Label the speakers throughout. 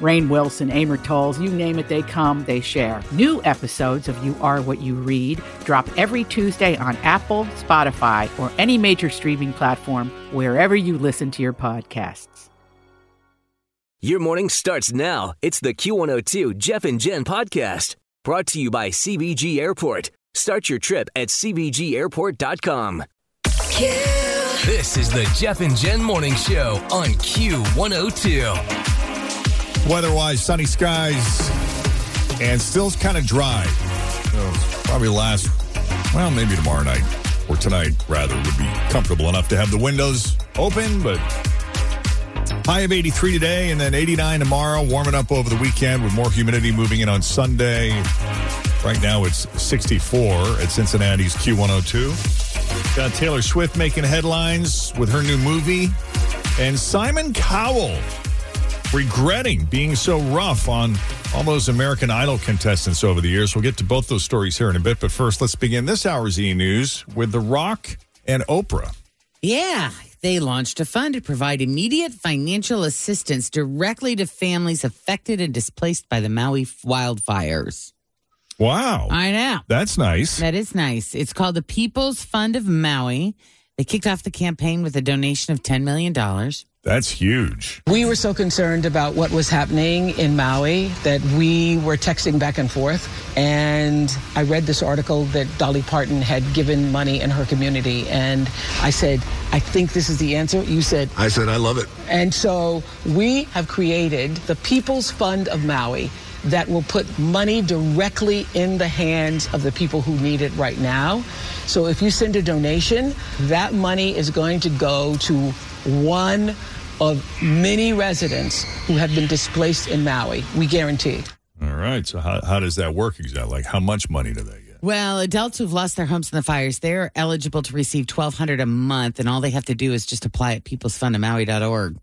Speaker 1: Rain Wilson, Amor Tolls, you name it, they come, they share. New episodes of You Are What You Read drop every Tuesday on Apple, Spotify, or any major streaming platform wherever you listen to your podcasts.
Speaker 2: Your morning starts now. It's the Q102 Jeff and Jen podcast brought to you by CBG Airport. Start your trip at CBGAirport.com. This is the Jeff and Jen Morning Show on Q102.
Speaker 3: Weather-wise, sunny skies, and still kind of dry. So it's probably last, well, maybe tomorrow night or tonight rather would be comfortable enough to have the windows open, but high of 83 today and then 89 tomorrow. Warming up over the weekend with more humidity moving in on Sunday. Right now it's 64 at Cincinnati's Q102. Got Taylor Swift making headlines with her new movie, and Simon Cowell regretting being so rough on all those American Idol contestants over the years. We'll get to both those stories here in a bit, but first, let's begin this hour's e news with The Rock and Oprah.
Speaker 4: Yeah, they launched a fund to provide immediate financial assistance directly to families affected and displaced by the Maui wildfires.
Speaker 3: Wow.
Speaker 4: I know.
Speaker 3: That's nice.
Speaker 4: That is nice. It's called the People's Fund of Maui. They kicked off the campaign with a donation of $10 million.
Speaker 3: That's huge.
Speaker 5: We were so concerned about what was happening in Maui that we were texting back and forth. And I read this article that Dolly Parton had given money in her community. And I said, I think this is the answer. You said,
Speaker 6: I said, I love it.
Speaker 5: And so we have created the People's Fund of Maui that will put money directly in the hands of the people who need it right now. So if you send a donation, that money is going to go to one of many residents who have been displaced in Maui. We guarantee.
Speaker 3: All right. So how, how does that work exactly? Like how much money do they get?
Speaker 4: Well, adults who've lost their homes in the fires, they're eligible to receive 1200 a month, and all they have to do is just apply at peoplesfundofmaui.org.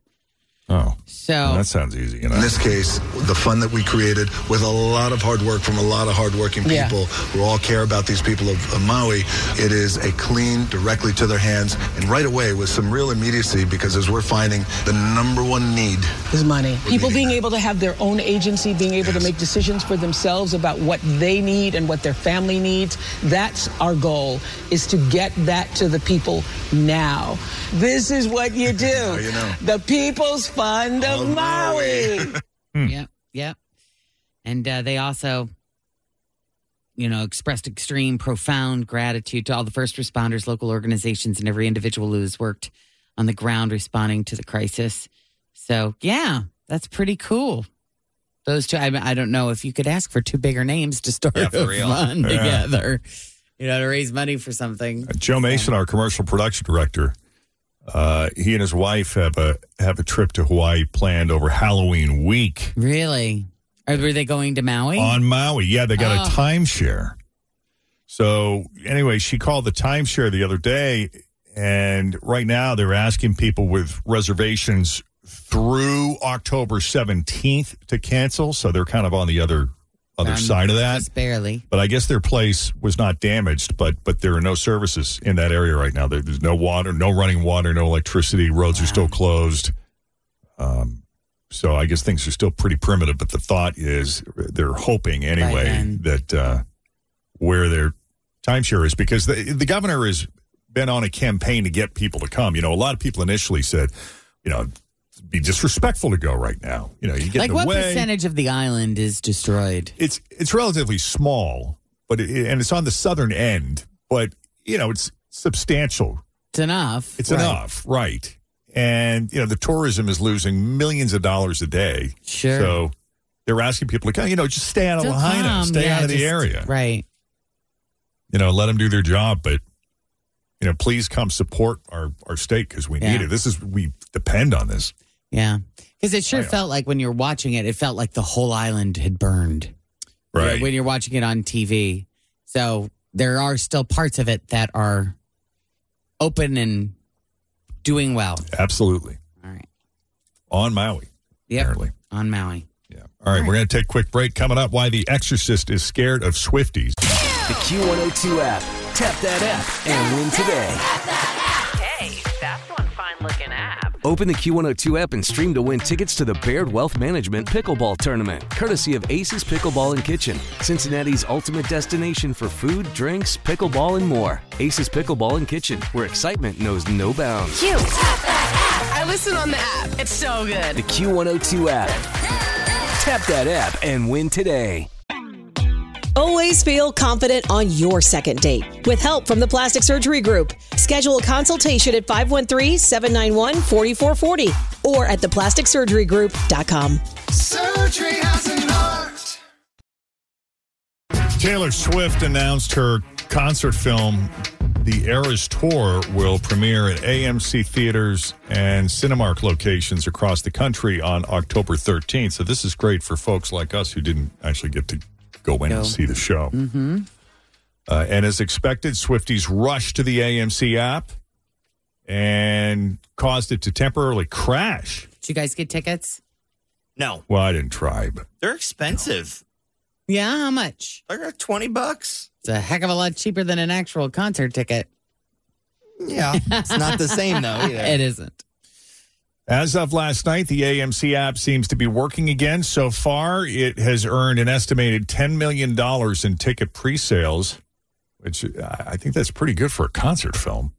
Speaker 3: Oh.
Speaker 4: So
Speaker 3: well, that sounds easy. You know?
Speaker 6: In this case, the fund that we created with a lot of hard work from a lot of hardworking people
Speaker 5: Yeah.
Speaker 6: who all care about these people of, of Maui, it is a clean directly to their hands and right away with some real immediacy because as we're finding the number one need
Speaker 5: is money. People
Speaker 6: meeting
Speaker 5: being able to have their own agency, being able to make decisions for themselves about what they need and what their family needs. That's our goal is to get that to the people now. This is what you do.
Speaker 6: you know.
Speaker 5: The People's Fund of
Speaker 6: Of Maui.
Speaker 5: Maui.
Speaker 3: Hmm.
Speaker 4: Yep, yep. And uh, they also, you know, expressed extreme, profound gratitude to all the first responders, local organizations, and every individual who has worked on the ground responding to the crisis. So, yeah, that's pretty cool. Those two, I, I don't know if you could ask for two bigger names to start a fund
Speaker 3: Yeah.
Speaker 4: together, you know, to raise money for something.
Speaker 3: Joe Mason, our commercial production director, uh, he and his wife have a have a trip to Hawaii planned over Halloween week
Speaker 4: Really? Or were they going to Maui?
Speaker 3: on Maui. Yeah, they got a
Speaker 4: Oh.
Speaker 3: timeshare. So anyway, she called the timeshare the other day, and right now they're asking people with reservations through October seventeenth to cancel. So they're kind of on the other other
Speaker 4: Um,
Speaker 3: side of that.
Speaker 4: Just barely.
Speaker 3: But I guess their place was not damaged, but but there are no services in that area right now. There, there's no water, no running water, no electricity. Roads are still closed. Um, so I guess things are still pretty primitive. But the thought is they're hoping anyway
Speaker 4: then.
Speaker 3: that uh, where their timeshare is, because the the governor has been on a campaign to get people to come. You know, a lot of people initially said, you know, it'd be disrespectful to go right now. You know, you get
Speaker 4: Like,
Speaker 3: in the
Speaker 4: what
Speaker 3: way
Speaker 4: percentage of the island is destroyed?
Speaker 3: it's it's relatively small, but it, and it's on the southern end, but you know it's substantial.
Speaker 4: It's enough.
Speaker 3: It's
Speaker 4: Right.
Speaker 3: enough, right? And, you know, the tourism is losing millions of dollars a day.
Speaker 4: Sure.
Speaker 3: So they're asking people to come, you know, just stay out of
Speaker 4: Still
Speaker 3: Lahaina,
Speaker 4: come,
Speaker 3: stay
Speaker 4: yeah,
Speaker 3: out of the
Speaker 4: just-
Speaker 3: area.
Speaker 4: Right.
Speaker 3: You know, let them do their job, but, you know, please come support our, our state because we
Speaker 4: Yeah.
Speaker 3: need it. This is, we depend on this.
Speaker 4: Yeah. Because it sure
Speaker 3: Right on.
Speaker 4: felt like when you're watching it, it felt like the whole island had burned.
Speaker 3: Right.
Speaker 4: When you're watching it on TV. So there are still parts of it that are open and doing well.
Speaker 3: Absolutely.
Speaker 4: All right.
Speaker 3: On Maui,
Speaker 4: Yep.
Speaker 3: apparently.
Speaker 4: On Maui.
Speaker 3: Yeah. All right. We're going to take a quick break. Coming up, why the exorcist is scared of Swifties.
Speaker 2: The Q102 app. Tap that app and win today.
Speaker 7: Hey, that's one fine looking app.
Speaker 2: Open the Q102 app and stream to win tickets to the Baird Wealth Management Pickleball Tournament, courtesy of Aces Pickleball and Kitchen, Cincinnati's ultimate destination for food, drinks, pickleball, and more. Aces Pickleball and Kitchen, where excitement knows no bounds.
Speaker 7: You. Tap that app. I listen on the app. It's so good.
Speaker 2: The Q102 app. Tap that app and win today.
Speaker 8: Always feel confident on your second date. With help from the Plastic Surgery Group, schedule a consultation at 513-791-4440 or at theplasticsurgerygroup.com.
Speaker 9: Surgery has an art.
Speaker 3: Taylor Swift announced her concert film, The Eras Tour, will premiere at AMC theaters and Cinemark locations across the country on October 13th. So this is great for folks like us who didn't actually get to go in
Speaker 4: Go.
Speaker 3: and see the show. Mm-hmm. Uh, and as expected, Swifties rushed to the AMC app and caused it to temporarily crash.
Speaker 4: Did you guys get tickets?
Speaker 10: No,
Speaker 3: Well, I didn't try, but
Speaker 10: they're expensive.
Speaker 4: Yeah. How much?
Speaker 10: They're like 20 bucks.
Speaker 4: It's a heck of a lot cheaper than an actual concert ticket.
Speaker 10: Yeah. It's not the same, though, either.
Speaker 4: It isn't.
Speaker 3: As of last night, the AMC app seems to be working again. So far, it has earned an estimated $10 million in ticket pre sales, which uh, I I think that's pretty good for a concert film.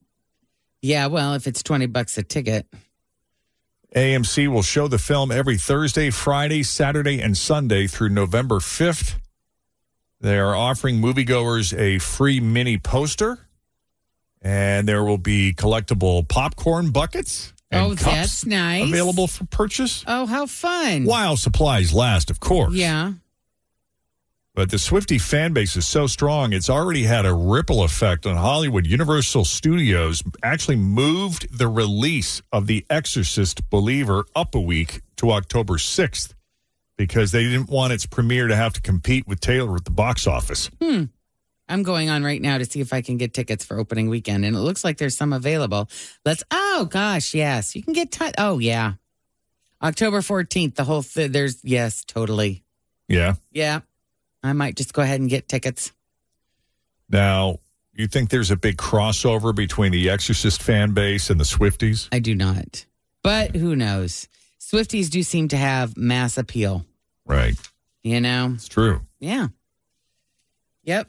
Speaker 4: Yeah. Well, if it's 20 bucks a ticket.
Speaker 3: AMC will show the film every Thursday, Friday, Saturday, and Sunday through November 5th. They are offering moviegoers a free mini poster, and there will be collectible popcorn buckets and
Speaker 4: Oh,
Speaker 3: cups
Speaker 4: that's nice.
Speaker 3: available for purchase.
Speaker 4: Oh, how fun.
Speaker 3: While supplies last, of course.
Speaker 4: Yeah.
Speaker 3: But the Swifty fan base is so strong, it's already had a ripple effect on Hollywood. Universal Studios actually moved the release of The Exorcist Believer up a week to October 6th because they didn't want its premiere to have to compete with Taylor at the box office.
Speaker 4: I'm going on right now to see if I can get tickets for opening weekend, and it looks like there's some available. Let's. Oh gosh, yes, you can get. T- oh yeah, October 14th. The whole th- there's yes, totally.
Speaker 3: Yeah.
Speaker 4: Yeah, I might just go ahead and get tickets.
Speaker 3: Now, you think there's a big crossover between the Exorcist fan base and the Swifties?
Speaker 4: I do not, but who knows? Swifties do seem to have mass appeal.
Speaker 3: Right.
Speaker 4: You know.
Speaker 3: It's true.
Speaker 4: Yeah. Yep.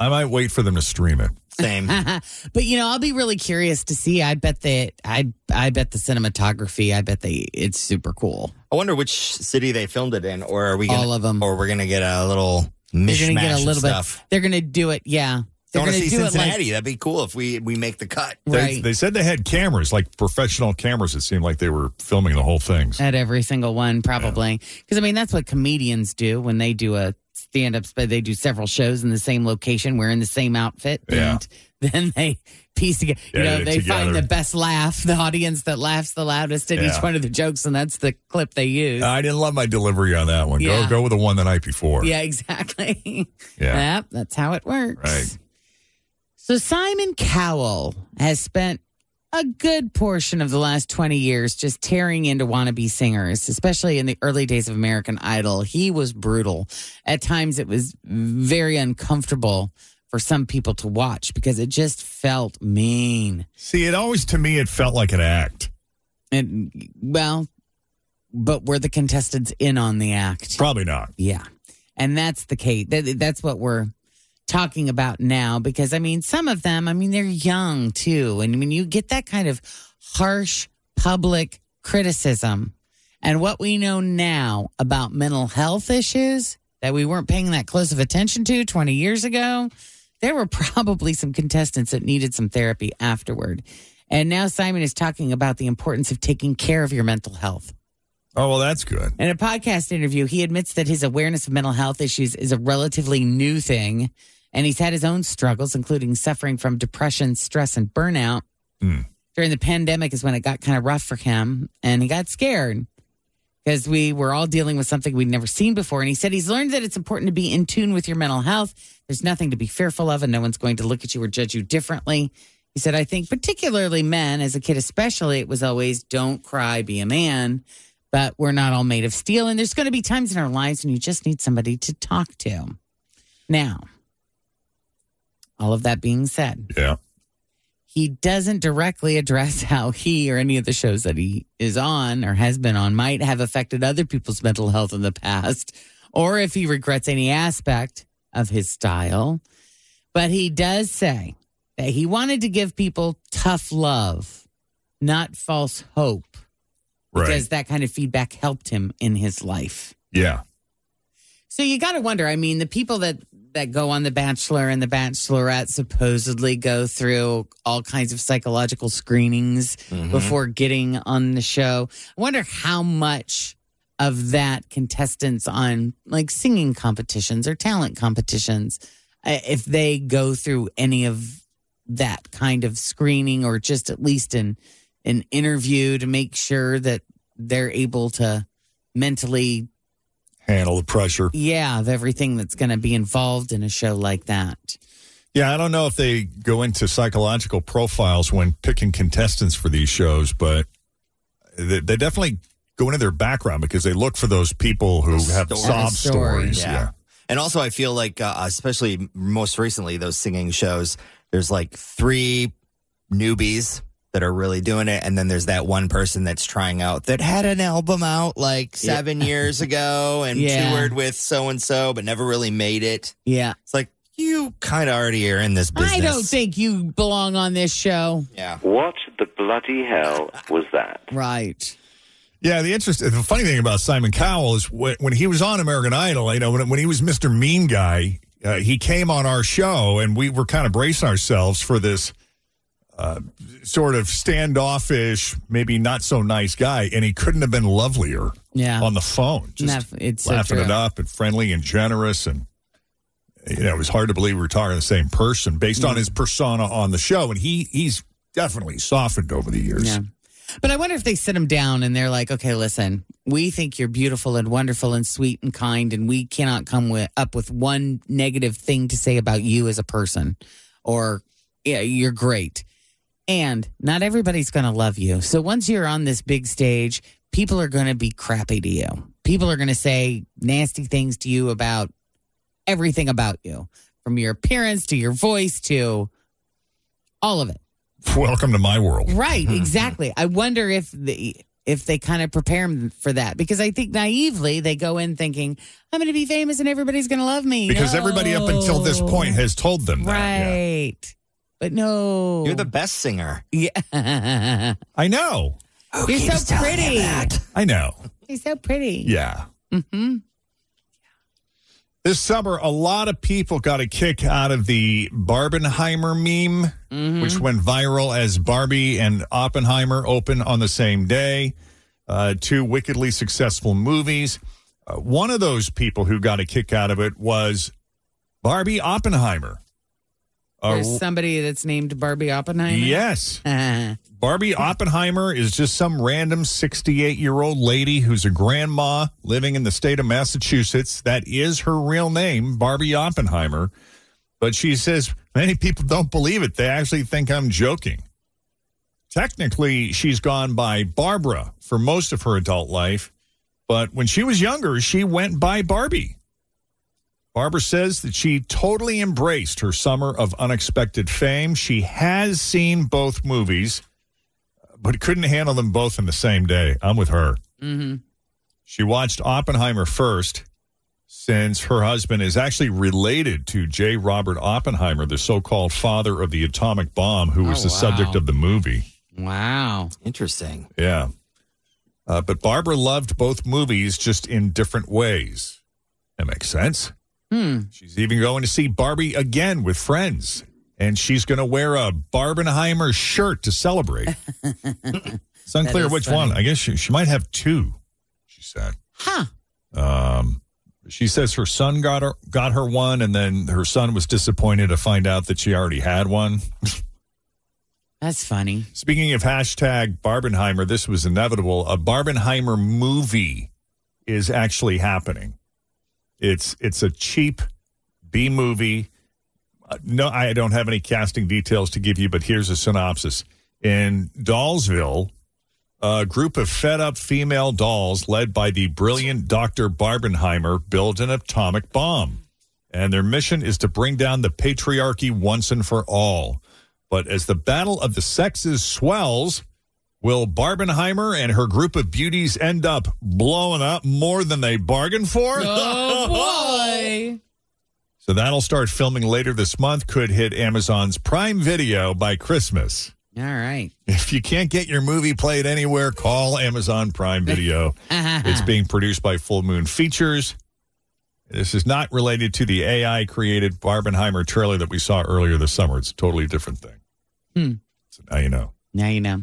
Speaker 3: I might wait for them to stream it.
Speaker 10: Same.
Speaker 4: but you know, I'll be really curious to see. I bet that I I bet the cinematography. I bet they it's super cool.
Speaker 10: I wonder which city they filmed it in, or are we gonna,
Speaker 4: All of 'em.
Speaker 10: or we're gonna get a little mishmash
Speaker 4: They're gonna get a little
Speaker 10: of stuff.
Speaker 4: bit. They're gonna do it. Yeah,
Speaker 10: I
Speaker 4: they're
Speaker 10: want to
Speaker 4: gonna
Speaker 10: see
Speaker 4: do
Speaker 10: Cincinnati.
Speaker 4: it
Speaker 10: That'd be cool if we we make the cut.
Speaker 4: like
Speaker 3: They,
Speaker 4: right
Speaker 3: they said they had cameras, like professional cameras. It seemed like they were filming the whole thing.
Speaker 4: at every single one, probably. Because I mean, that's what comedians do when they do a stand up. But they do several shows in the same location, wearing the same outfit,
Speaker 3: Yeah.
Speaker 4: and then they piece together. You
Speaker 3: Yeah,
Speaker 4: know,
Speaker 3: they're
Speaker 4: they find
Speaker 3: together.
Speaker 4: the best laugh, the audience that laughs the loudest at
Speaker 3: Yeah.
Speaker 4: each one of the jokes, and that's the clip they use.
Speaker 3: Uh, I didn't love my delivery on that one. Go
Speaker 4: Yeah.
Speaker 3: go with the one the night before.
Speaker 4: yeah, exactly.
Speaker 3: Yeah.
Speaker 4: Yep, that's how it works.
Speaker 3: Right.
Speaker 4: So Simon Cowell has spent a good portion of the last 20 years just tearing into wannabe singers, especially in the early days of American Idol. He was brutal. At times, it was very uncomfortable for some people to watch because it just felt mean.
Speaker 3: See, it always to me it felt like an act.
Speaker 4: And, well, but were the contestants in on the act?
Speaker 3: Probably not.
Speaker 4: Yeah. And that's the case. That, that's what we're talking about now because, I mean, some of them, I mean, they're young too. And when you get that kind of harsh public criticism and what we know now about mental health issues that we weren't paying that close of attention to 20 years ago, there were probably some contestants that needed some therapy afterward. And now Simon is talking about the importance of taking care of your mental health.
Speaker 3: Oh, well, that's good.
Speaker 4: In a podcast interview, he admits that his awareness of mental health issues is a relatively new thing, and he's had his own struggles, including suffering from depression, stress, and burnout. During the pandemic is when it got kind of rough for him, and he got scared because we were all dealing with something we'd never seen before. And he said he's learned that it's important to be in tune with your mental health. There's nothing to be fearful of, and no one's going to look at you or judge you differently. He said, I think, particularly men, as a kid especially, it was always don't cry, be a man. But we're not all made of steel. And there's going to be times in our lives when you just need somebody to talk to. Now, all of that being said,
Speaker 3: Yeah.
Speaker 4: he doesn't directly address how he or any of the shows that he is on or has been on might have affected other people's mental health in the past or if he regrets any aspect of his style. But he does say that he wanted to give people tough love, not false hope,
Speaker 3: Right.
Speaker 4: because that kind of feedback helped him in his life.
Speaker 3: Yeah.
Speaker 4: So you got to wonder. I mean, the people that that go on The Bachelor and The Bachelorette supposedly go through all kinds of psychological screenings before getting on the show. I wonder how much of that contestants on like singing competitions or talent competitions, uh, if they go through any of that kind of screening or just at least an an interview to make sure that they're able to mentally
Speaker 3: Handle the pressure.
Speaker 4: yeah, of everything that's going to be involved in a show like that.
Speaker 3: Yeah, I don't know if they go into psychological profiles when picking contestants for these shows, but they, they definitely go into their background because they look for those people who have
Speaker 10: Stories.
Speaker 3: sob
Speaker 4: Have a story,
Speaker 3: stories. Yeah.
Speaker 10: And also, I feel like, uh, especially most recently, those singing shows, there's like three newbies that are really doing it. And then there's that one person that's trying out that had an album out like seven years ago and
Speaker 4: Yeah.
Speaker 10: toured with so and so, but never really made it.
Speaker 4: Yeah.
Speaker 10: It's like, you kind of already are in this business.
Speaker 4: I don't think you belong on this show.
Speaker 10: Yeah.
Speaker 11: What the bloody hell was that?
Speaker 4: Right.
Speaker 3: Yeah, the interest. The funny thing about Simon Cowell is when, when he was on American Idol, you know, when, when he was Mr. Mean Guy, uh, he came on our show and we were kind of bracing ourselves for this uh, sort of standoffish, maybe not so nice guy, and he couldn't have been lovelier
Speaker 4: Yeah.
Speaker 3: on the phone. Just
Speaker 4: No, it's so
Speaker 3: laughing
Speaker 4: true.
Speaker 3: it up and friendly and generous and. You know, it was hard to believe we were talking to the same person based
Speaker 4: Mm.
Speaker 3: on his persona on the show, and he he's definitely softened over the years.
Speaker 4: Yeah. But I wonder if they sit him down and they're like, okay, listen, we think you're beautiful and wonderful and sweet and kind, and we cannot come with, up with one negative thing to say about you as a person or yeah, you're great. And not everybody's going to love you. So once you're on this big stage, people are going to be crappy to you. People are going to say nasty things to you about everything about you, from your appearance to your voice to all of it.
Speaker 3: Welcome to my world.
Speaker 10: Hmm.
Speaker 4: Right, exactly. I wonder if the if they kind of prepare them for that because I think naively they go in thinking I'm going to be famous and everybody's going to love me
Speaker 3: Because everybody up until this point
Speaker 4: No.
Speaker 3: has told them that. yeah.
Speaker 4: right, but no,
Speaker 10: You're the best singer.
Speaker 4: yeah,
Speaker 3: I know.
Speaker 4: you're
Speaker 10: keeps
Speaker 4: so
Speaker 10: telling him
Speaker 4: pretty,
Speaker 10: that?
Speaker 3: I know.
Speaker 4: you're so pretty,
Speaker 3: Yeah.
Speaker 4: hmm
Speaker 3: This summer, a lot of people got a kick out of the Barbenheimer meme,
Speaker 4: Mm-hmm.
Speaker 3: which went viral as Barbie and Oppenheimer open on the same day. Uh, two wickedly successful movies. Uh, one of those people who got a kick out of it was Barbie Oppenheimer. Uh,
Speaker 4: There's somebody that's named Barbie Oppenheimer.
Speaker 3: yes.
Speaker 4: Yeah,
Speaker 3: Barbie Oppenheimer is just some random 68 year old lady who's a grandma living in the state of Massachusetts. That is her real name, Barbie Oppenheimer. But she says many people don't believe it. They actually think I'm joking. Technically, she's gone by Barbara for most of her adult life. But when she was younger, she went by Barbie. Barbara says that she totally embraced her summer of unexpected fame. She has seen both movies, but couldn't handle them both in the same day. I'm with her.
Speaker 4: hmm
Speaker 3: She watched Oppenheimer first, since her husband is actually related to J. Robert Oppenheimer, the so called father of the atomic bomb, who was
Speaker 4: Oh,
Speaker 3: the
Speaker 4: wow.
Speaker 3: subject of the movie.
Speaker 4: Wow.
Speaker 10: Interesting.
Speaker 3: Yeah. Uh, but Barbara loved both movies just in different ways. That makes sense.
Speaker 4: Hmm.
Speaker 3: She's even going to see Barbie again with friends and she's going to wear a Barbenheimer shirt to celebrate. it's unclear
Speaker 4: is
Speaker 3: which
Speaker 4: funny.
Speaker 3: one. I guess she, she might have two. She said.
Speaker 4: Huh.
Speaker 3: Um, she says her son got her got her one, and then her son was disappointed to find out that she already had one.
Speaker 4: That's funny.
Speaker 3: Speaking of hashtag Barbenheimer, this was inevitable. A Barbenheimer movie is actually happening. It's it's a cheap B movie. Uh, No, I don't have any casting details to give you, but here's a synopsis. In Dollsville, a group of fed up female dolls led by the brilliant Dr. Barbenheimer build an atomic bomb. And their mission is to bring down the patriarchy once and for all. But as the battle of the sexes swells, will Barbenheimer and her group of beauties end up blowing up more than they bargained for?
Speaker 4: boy.
Speaker 3: So that'll start filming later this month, could hit Amazon's Prime Video by Christmas.
Speaker 4: All right.
Speaker 3: If you can't get your movie played anywhere, call Amazon Prime Video.
Speaker 4: Uh-huh.
Speaker 3: it's being produced by Full Moon Features. This is not related to the AI created Barbenheimer trailer that we saw earlier this summer. It's a totally different thing.
Speaker 4: Hmm.
Speaker 3: So now you know.
Speaker 4: Now you know.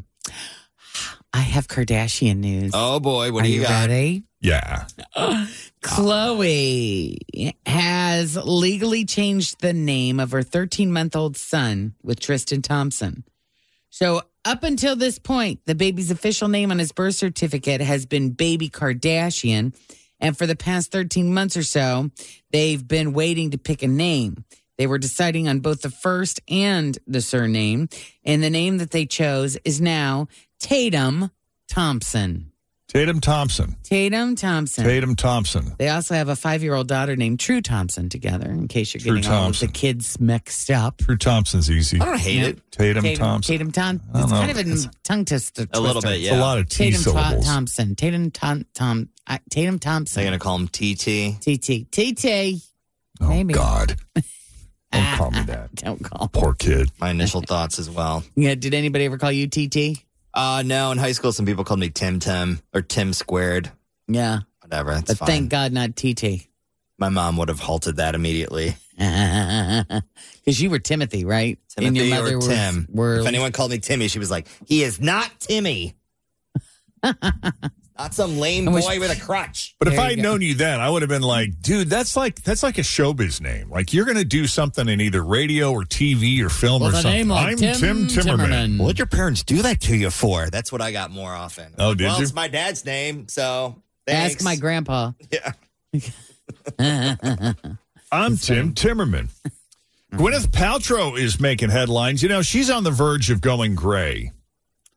Speaker 4: I have Kardashian news.
Speaker 10: Oh boy, what
Speaker 4: Are
Speaker 10: do you,
Speaker 4: you
Speaker 10: got?
Speaker 4: ready?
Speaker 3: Yeah.
Speaker 4: Chloe has legally changed the name of her 13 month old son with Tristan Thompson. So, up until this point, the baby's official name on his birth certificate has been Baby Kardashian. And for the past 13 months or so, they've been waiting to pick a name. They were deciding on both the first and the surname. And the name that they chose is now Tatum Thompson.
Speaker 3: Tatum Thompson.
Speaker 4: Tatum Thompson.
Speaker 3: Tatum Thompson.
Speaker 4: They also have a five year old daughter named True Thompson together, in case you're
Speaker 3: True
Speaker 4: getting all of the
Speaker 3: Thompson.
Speaker 4: kids mixed up.
Speaker 3: True Thompson's easy.
Speaker 10: I don't hate
Speaker 4: Yeah.
Speaker 10: it.
Speaker 3: Tatum, Thompson.
Speaker 4: Tatum Thompson.
Speaker 3: I
Speaker 4: It's
Speaker 3: don't
Speaker 4: kind
Speaker 3: know.
Speaker 4: of a tongue twister.
Speaker 10: A little bit,
Speaker 3: It's a
Speaker 10: yeah.
Speaker 3: lot of T
Speaker 4: Tatum Tho-
Speaker 3: syllables.
Speaker 4: Thompson. Tatum Tom, Tom I Tatum
Speaker 10: They're
Speaker 4: Thompson.
Speaker 10: gonna call him TT.
Speaker 4: TT. TT.
Speaker 3: oh,
Speaker 4: maybe.
Speaker 3: God. Don't call me that.
Speaker 4: Don't call.
Speaker 3: Poor kid.
Speaker 10: My initial thoughts as well.
Speaker 4: Yeah. Did anybody ever call you TT?
Speaker 10: Uh no, in high school some people called me Tim Tim or Tim Squared.
Speaker 4: Yeah.
Speaker 10: Whatever. That's
Speaker 4: But
Speaker 10: fine.
Speaker 4: thank God not TT.
Speaker 10: My mom would have halted that immediately.
Speaker 4: Because you were Timothy, right?
Speaker 10: Timothy
Speaker 4: and your mother
Speaker 10: or
Speaker 4: was-
Speaker 10: Tim.
Speaker 4: Were,
Speaker 10: If anyone called me Timmy, she was like, "He is not Timmy. not some lame
Speaker 4: I wish-
Speaker 10: boy with a crutch."
Speaker 3: But if
Speaker 4: There you
Speaker 3: I had
Speaker 4: go.
Speaker 3: known you then, I would have been like, dude, that's like that's like a showbiz name. Like you're going to do something in either radio or TV or film
Speaker 4: With
Speaker 3: or
Speaker 4: a
Speaker 3: something.
Speaker 4: name like
Speaker 3: I'm Tim
Speaker 4: Tim
Speaker 3: Timmerman.
Speaker 4: Timmerman.
Speaker 10: What'd your parents do that to you for? That's what I got more often.
Speaker 3: Oh, did
Speaker 10: well,
Speaker 3: you?
Speaker 10: It's my dad's name, so
Speaker 4: ask
Speaker 10: thanks.
Speaker 4: my grandpa.
Speaker 10: Yeah.
Speaker 3: I'm Tim Timmerman.
Speaker 10: Mm-hmm.
Speaker 3: Gwyneth Paltrow is making headlines. You know, she's on the verge of going gray.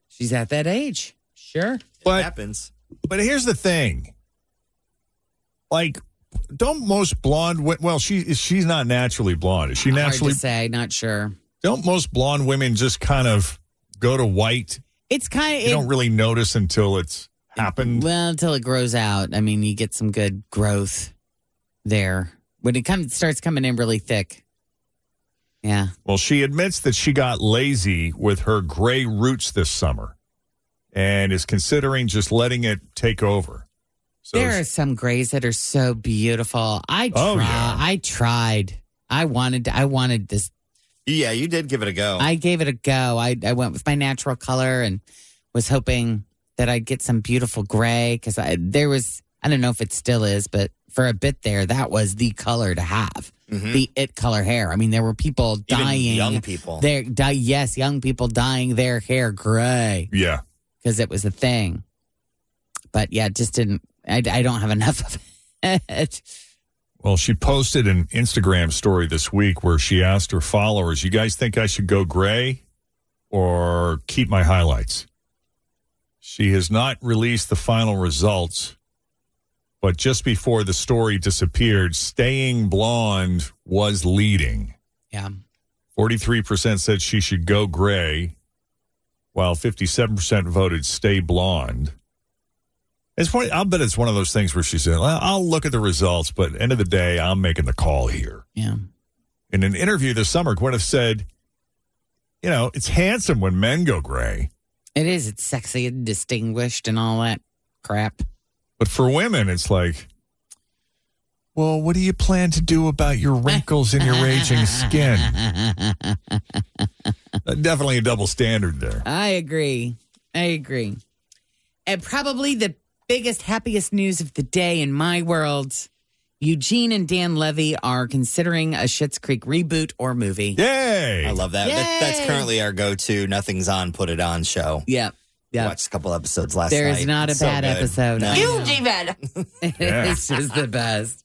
Speaker 4: She's at that age. Sure.
Speaker 10: it
Speaker 3: But
Speaker 10: happens.
Speaker 3: but here's the thing. Like don't most blonde wo- well she she's not naturally blonde. Is she naturally
Speaker 4: Hard to say. Not sure.
Speaker 3: don't most blonde women just kind of go to white?
Speaker 4: It's kind
Speaker 3: You
Speaker 4: of
Speaker 3: don't really notice until it's happened.
Speaker 4: well until it grows out. I mean, you get some good growth there when it comes starts coming in really thick. Yeah,
Speaker 3: Well, she admits that she got lazy with her gray roots this summer and is considering just letting it take over. So
Speaker 4: there are some grays that are so beautiful. I try,
Speaker 3: Oh, yeah.
Speaker 4: I tried. I wanted. I wanted this.
Speaker 10: Yeah, you did give it a
Speaker 3: Oh.
Speaker 10: go.
Speaker 4: I gave it a go. I I went with my natural color and was hoping that I'd get some beautiful gray because I there was. I don't know if it still is, but for a bit there, that was the color to have.
Speaker 3: Mm-hmm.
Speaker 10: Mhm.
Speaker 4: the it color hair. I mean, there were people
Speaker 10: Even
Speaker 4: dying.
Speaker 10: young people.
Speaker 4: Their, di- yes, young people dying their hair gray
Speaker 3: yeah.
Speaker 4: because it was a thing. But yeah, it just didn't. I, I don't have enough of it.
Speaker 3: Well, she posted an Instagram story this week where she asked her followers, You guys think I should go gray or keep my highlights? She has not released the final results, but just before the story disappeared, staying blonde was leading.
Speaker 4: Yeah,
Speaker 3: 43% said she should go gray, while 57% voted stay blonde. It's one, I'll bet it's one of those things where she said, "Well, I'll look at the results, but end of the day, I'm making the call here.
Speaker 4: yeah.
Speaker 3: In an interview this summer, Gwyneth said, you know, it's handsome when men go gray,
Speaker 4: It is. It's sexy and distinguished and all that crap.
Speaker 3: but for women, it's like, Well, what do you plan to do about your wrinkles and your aging skin? Uh, Definitely a double standard there.
Speaker 4: I agree. I agree. And probably the biggest, happiest news of the day in my world Eugene and Dan Levy are considering a Schitt's Creek reboot or movie.
Speaker 3: Yay!
Speaker 10: I love that. that that's
Speaker 4: Yay!
Speaker 10: currently our go-to. Nothing's on, put it on show.
Speaker 4: Yep. Yep.
Speaker 10: Watched a couple episodes last
Speaker 4: There
Speaker 10: night.
Speaker 4: is not a
Speaker 10: It's so
Speaker 4: bad
Speaker 10: good.
Speaker 4: episode.
Speaker 10: No.
Speaker 4: Huge
Speaker 7: even.
Speaker 4: this is the best.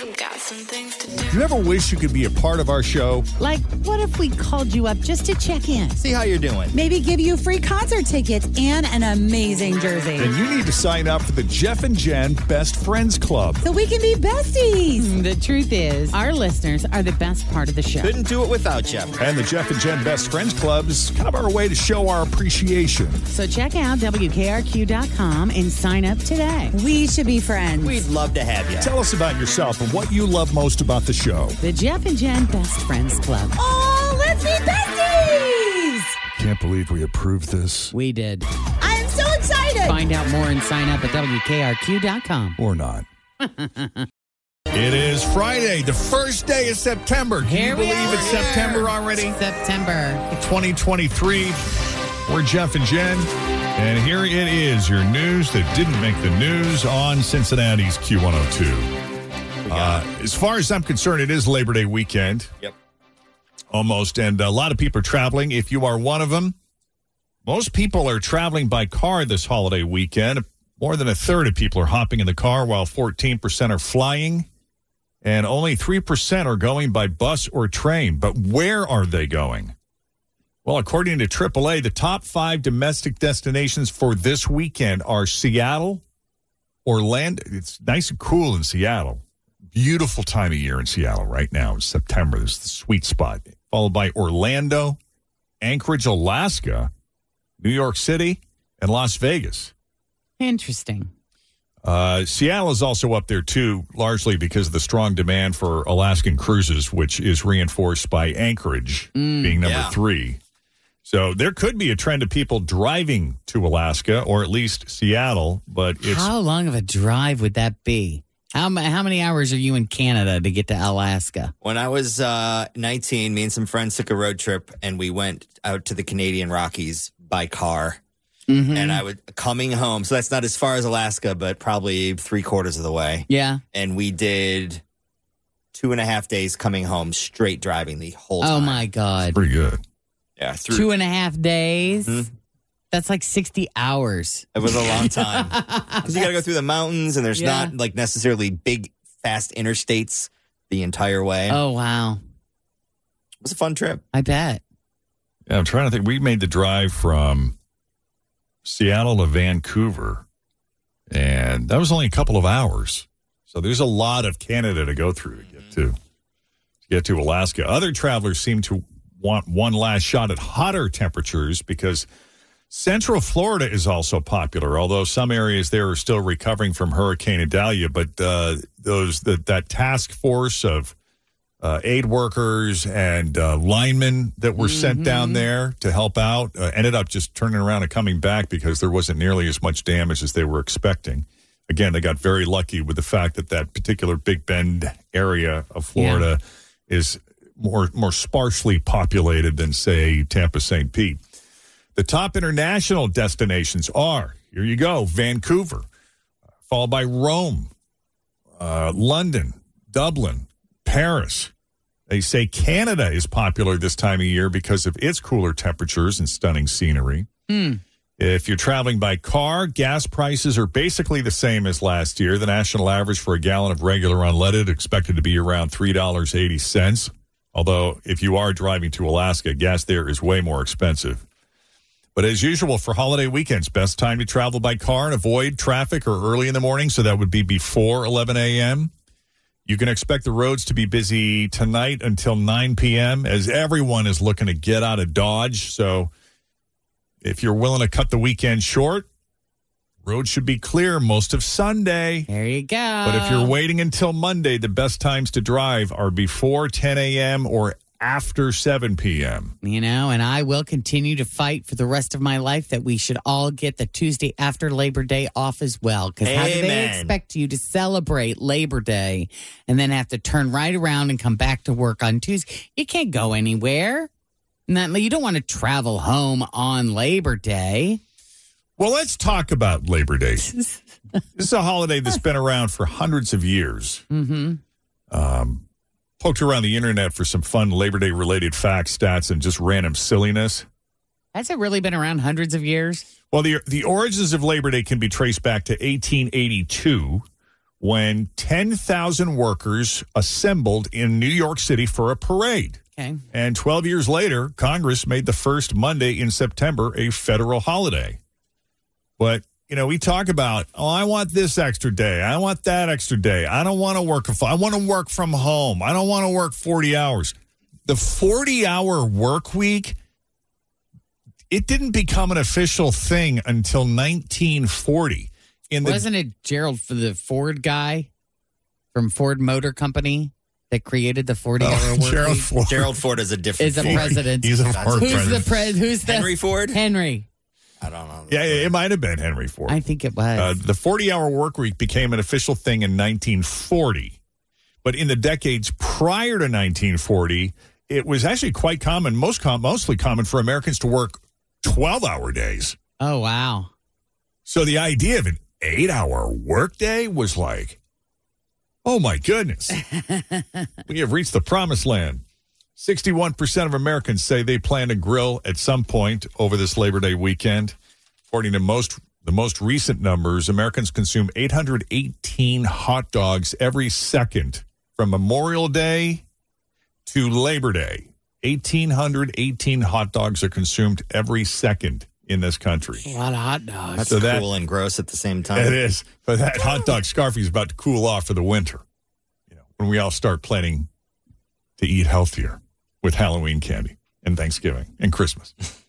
Speaker 3: Do you ever wish you could be a part of our show?
Speaker 12: Like, what if we called you up just to check in?
Speaker 10: See how you're doing.
Speaker 12: Maybe give you free concert tickets and an amazing jersey.
Speaker 3: Then you need to sign up for the Jeff and Jen Best Friends Club.
Speaker 12: So we can be besties.
Speaker 4: Mm, The truth is, our listeners are the best part of the show.
Speaker 10: Couldn't do it without you.
Speaker 3: And the Jeff and Jen Best Friends Club is kind of our way to show our appreciation.
Speaker 4: So check out WKRQ.com and sign up today.
Speaker 12: We should be friends.
Speaker 10: We'd love to have you.
Speaker 3: Tell us about yourself and what you love most about the show.
Speaker 4: The Jeff and Jen Best Friends Club.
Speaker 12: Oh, let's be besties.
Speaker 3: Can't believe we approved this.
Speaker 4: We did.
Speaker 12: I'm so excited.
Speaker 4: Find out more and sign up at WKRQ.com.
Speaker 3: Or not. It is Friday, the first day of September. Can you believe it's September already?
Speaker 4: September.
Speaker 3: 2023. We're Jeff and Jen, and here it is your news that didn't make the news on Cincinnati's Q102. Uh, as far as I'm concerned, it is Labor Day weekend.
Speaker 10: Yep.
Speaker 3: Almost, and a lot of people are traveling. If you are one of them, most people are traveling by car this holiday weekend. More than a third of people are hopping in the car, while 14% are flying, and only 3% are going by bus or train. But where are they going? Well, according to AAA, the top five domestic destinations for this weekend are Seattle, Orlando. It's nice and cool in Seattle. Beautiful time of year in Seattle right now. It's September. This is the sweet spot. Followed by Orlando, Anchorage, Alaska, New York City, and Las Vegas.
Speaker 4: Interesting.
Speaker 3: Uh, Seattle is also up there too, largely because of the strong demand for Alaskan cruises, which is reinforced by Anchorage being number
Speaker 10: yeah.
Speaker 3: three. So there could be a trend of people driving to Alaska or at least Seattle, but it's
Speaker 4: how long of a drive would that be? How, m- how many hours are you in Canada to get to Alaska?
Speaker 10: When I was uh, 19, me and some friends took a road trip and we went out to the Canadian Rockies by car.
Speaker 3: Mm-hmm.
Speaker 10: And I would coming home. So that's not as far as Alaska, but probably three quarters of the way.
Speaker 4: Yeah.
Speaker 10: And we did two and a half days coming home, straight driving the whole
Speaker 4: Oh
Speaker 10: time.
Speaker 4: my God.
Speaker 3: pretty good.
Speaker 10: Yeah. Through,
Speaker 4: Two and a half days.
Speaker 3: Mm-hmm.
Speaker 4: That's like 60 hours.
Speaker 10: It was a long time because you got to go through the mountains, and there's
Speaker 4: Yeah.
Speaker 10: not like necessarily big, fast interstates the entire way.
Speaker 4: Oh, wow.
Speaker 10: It was a fun trip.
Speaker 4: I bet.
Speaker 3: Yeah, I'm trying to think. We made the drive from Seattle to Vancouver, and that was only a couple of hours. So there's a lot of Canada to go through to get to, to get to Alaska. Other travelers seem to want one last shot at hotter temperatures because Central Florida is also popular, although some areas there are still recovering from Hurricane Idalia. But uh, those that that task force of uh, aid workers and uh, linemen that were sent down there to help out uh, ended up just turning around and coming back because there wasn't nearly as much damage as they were expecting. Again, they got very lucky with the fact that that particular Big Bend area of Florida is more more sparsely populated than say Tampa St. Pete. The top international destinations are here you go Vancouver, followed by Rome, uh, London, Dublin, Paris. They say Canada is popular this time of year because of its cooler temperatures and stunning scenery. If you're traveling by car, gas prices are basically the same as last year. The national average for a gallon of regular unleaded expected to be around $3.80. Although, if you are driving to Alaska, gas there is way more expensive. But as usual, for holiday weekends, best time to travel by car and avoid traffic or early in the morning. So that would be before 11 a.m. You can expect the roads to be busy tonight until 9 p.m. as everyone is looking to get out of Dodge. So if you're willing to cut the weekend short, roads should be clear most of Sunday.
Speaker 4: There you go.
Speaker 3: But
Speaker 4: Uh,
Speaker 3: if you're waiting until Monday, the best times to drive are before 10 a.m. or after 7 p.m.
Speaker 4: You know, and I will continue to fight for the rest of my life that we should all get the Tuesday after Labor Day off as well. Because how do they
Speaker 10: Amen.
Speaker 4: expect you to celebrate Labor Day and then have to turn right around and come back to work on Tuesday? You can't go anywhere. Not, you don't want to travel home on Labor Day.
Speaker 3: Well, let's talk about Labor Day. this is a holiday that's been around for hundreds of years.
Speaker 4: Mm-hmm.
Speaker 3: Um, poked around the internet for some fun Labor Day related facts, stats, and just random silliness.
Speaker 4: Has it really been around hundreds of years?
Speaker 3: Well, the the origins of Labor Day can be traced back to 1882 when 10,000 workers assembled in New York City for a parade.
Speaker 4: Okay.
Speaker 3: And 12 years later, Congress made the first Monday in September a federal holiday. But, you know, we talk about, oh, I want this extra day. I want that extra day. I don't want to work. a- I want to work from home. I don't want to work 40 hours. The 40 hour work week, it didn't become an official thing until 1940. In the,
Speaker 4: Wasn't it Gerald for the Ford guy from Ford Motor Company that created the
Speaker 3: Oh,
Speaker 4: 40 hour work
Speaker 3: Gerald
Speaker 4: week?
Speaker 3: Ford.
Speaker 10: Gerald Ford is a different
Speaker 4: Is a
Speaker 10: Ford.
Speaker 4: president.
Speaker 3: He's a Ford
Speaker 4: who's
Speaker 3: president.
Speaker 4: the pres? Who's the
Speaker 10: Henry Ford?
Speaker 4: Henry.
Speaker 10: I don't know.
Speaker 3: yeah, yeah, it might have been Henry Ford.
Speaker 4: I think it was.
Speaker 3: Uh, the 40 hour work week became an official thing in 1940. But in the decades prior to 1940, it was actually quite common, most com- mostly common for Americans to work 12 hour days.
Speaker 4: oh wow.
Speaker 3: So the idea of an eight hour workday was like, oh my goodness, we have reached the promised land. 61% of Americans say they plan to grill at some point over this Labor Day weekend. According to most the most recent numbers, Americans consume 818 hot dogs every second from Memorial Day to Labor Day. 1,818 hot dogs are consumed every second in this country.
Speaker 4: A lot of hot dogs.
Speaker 10: That's
Speaker 3: So that-
Speaker 10: cool and gross at the same time.
Speaker 3: It is. But that hot dog scarfie is about to cool off for the winter. You know, when we all start planning to eat healthier with Halloween candy and Thanksgiving and Christmas.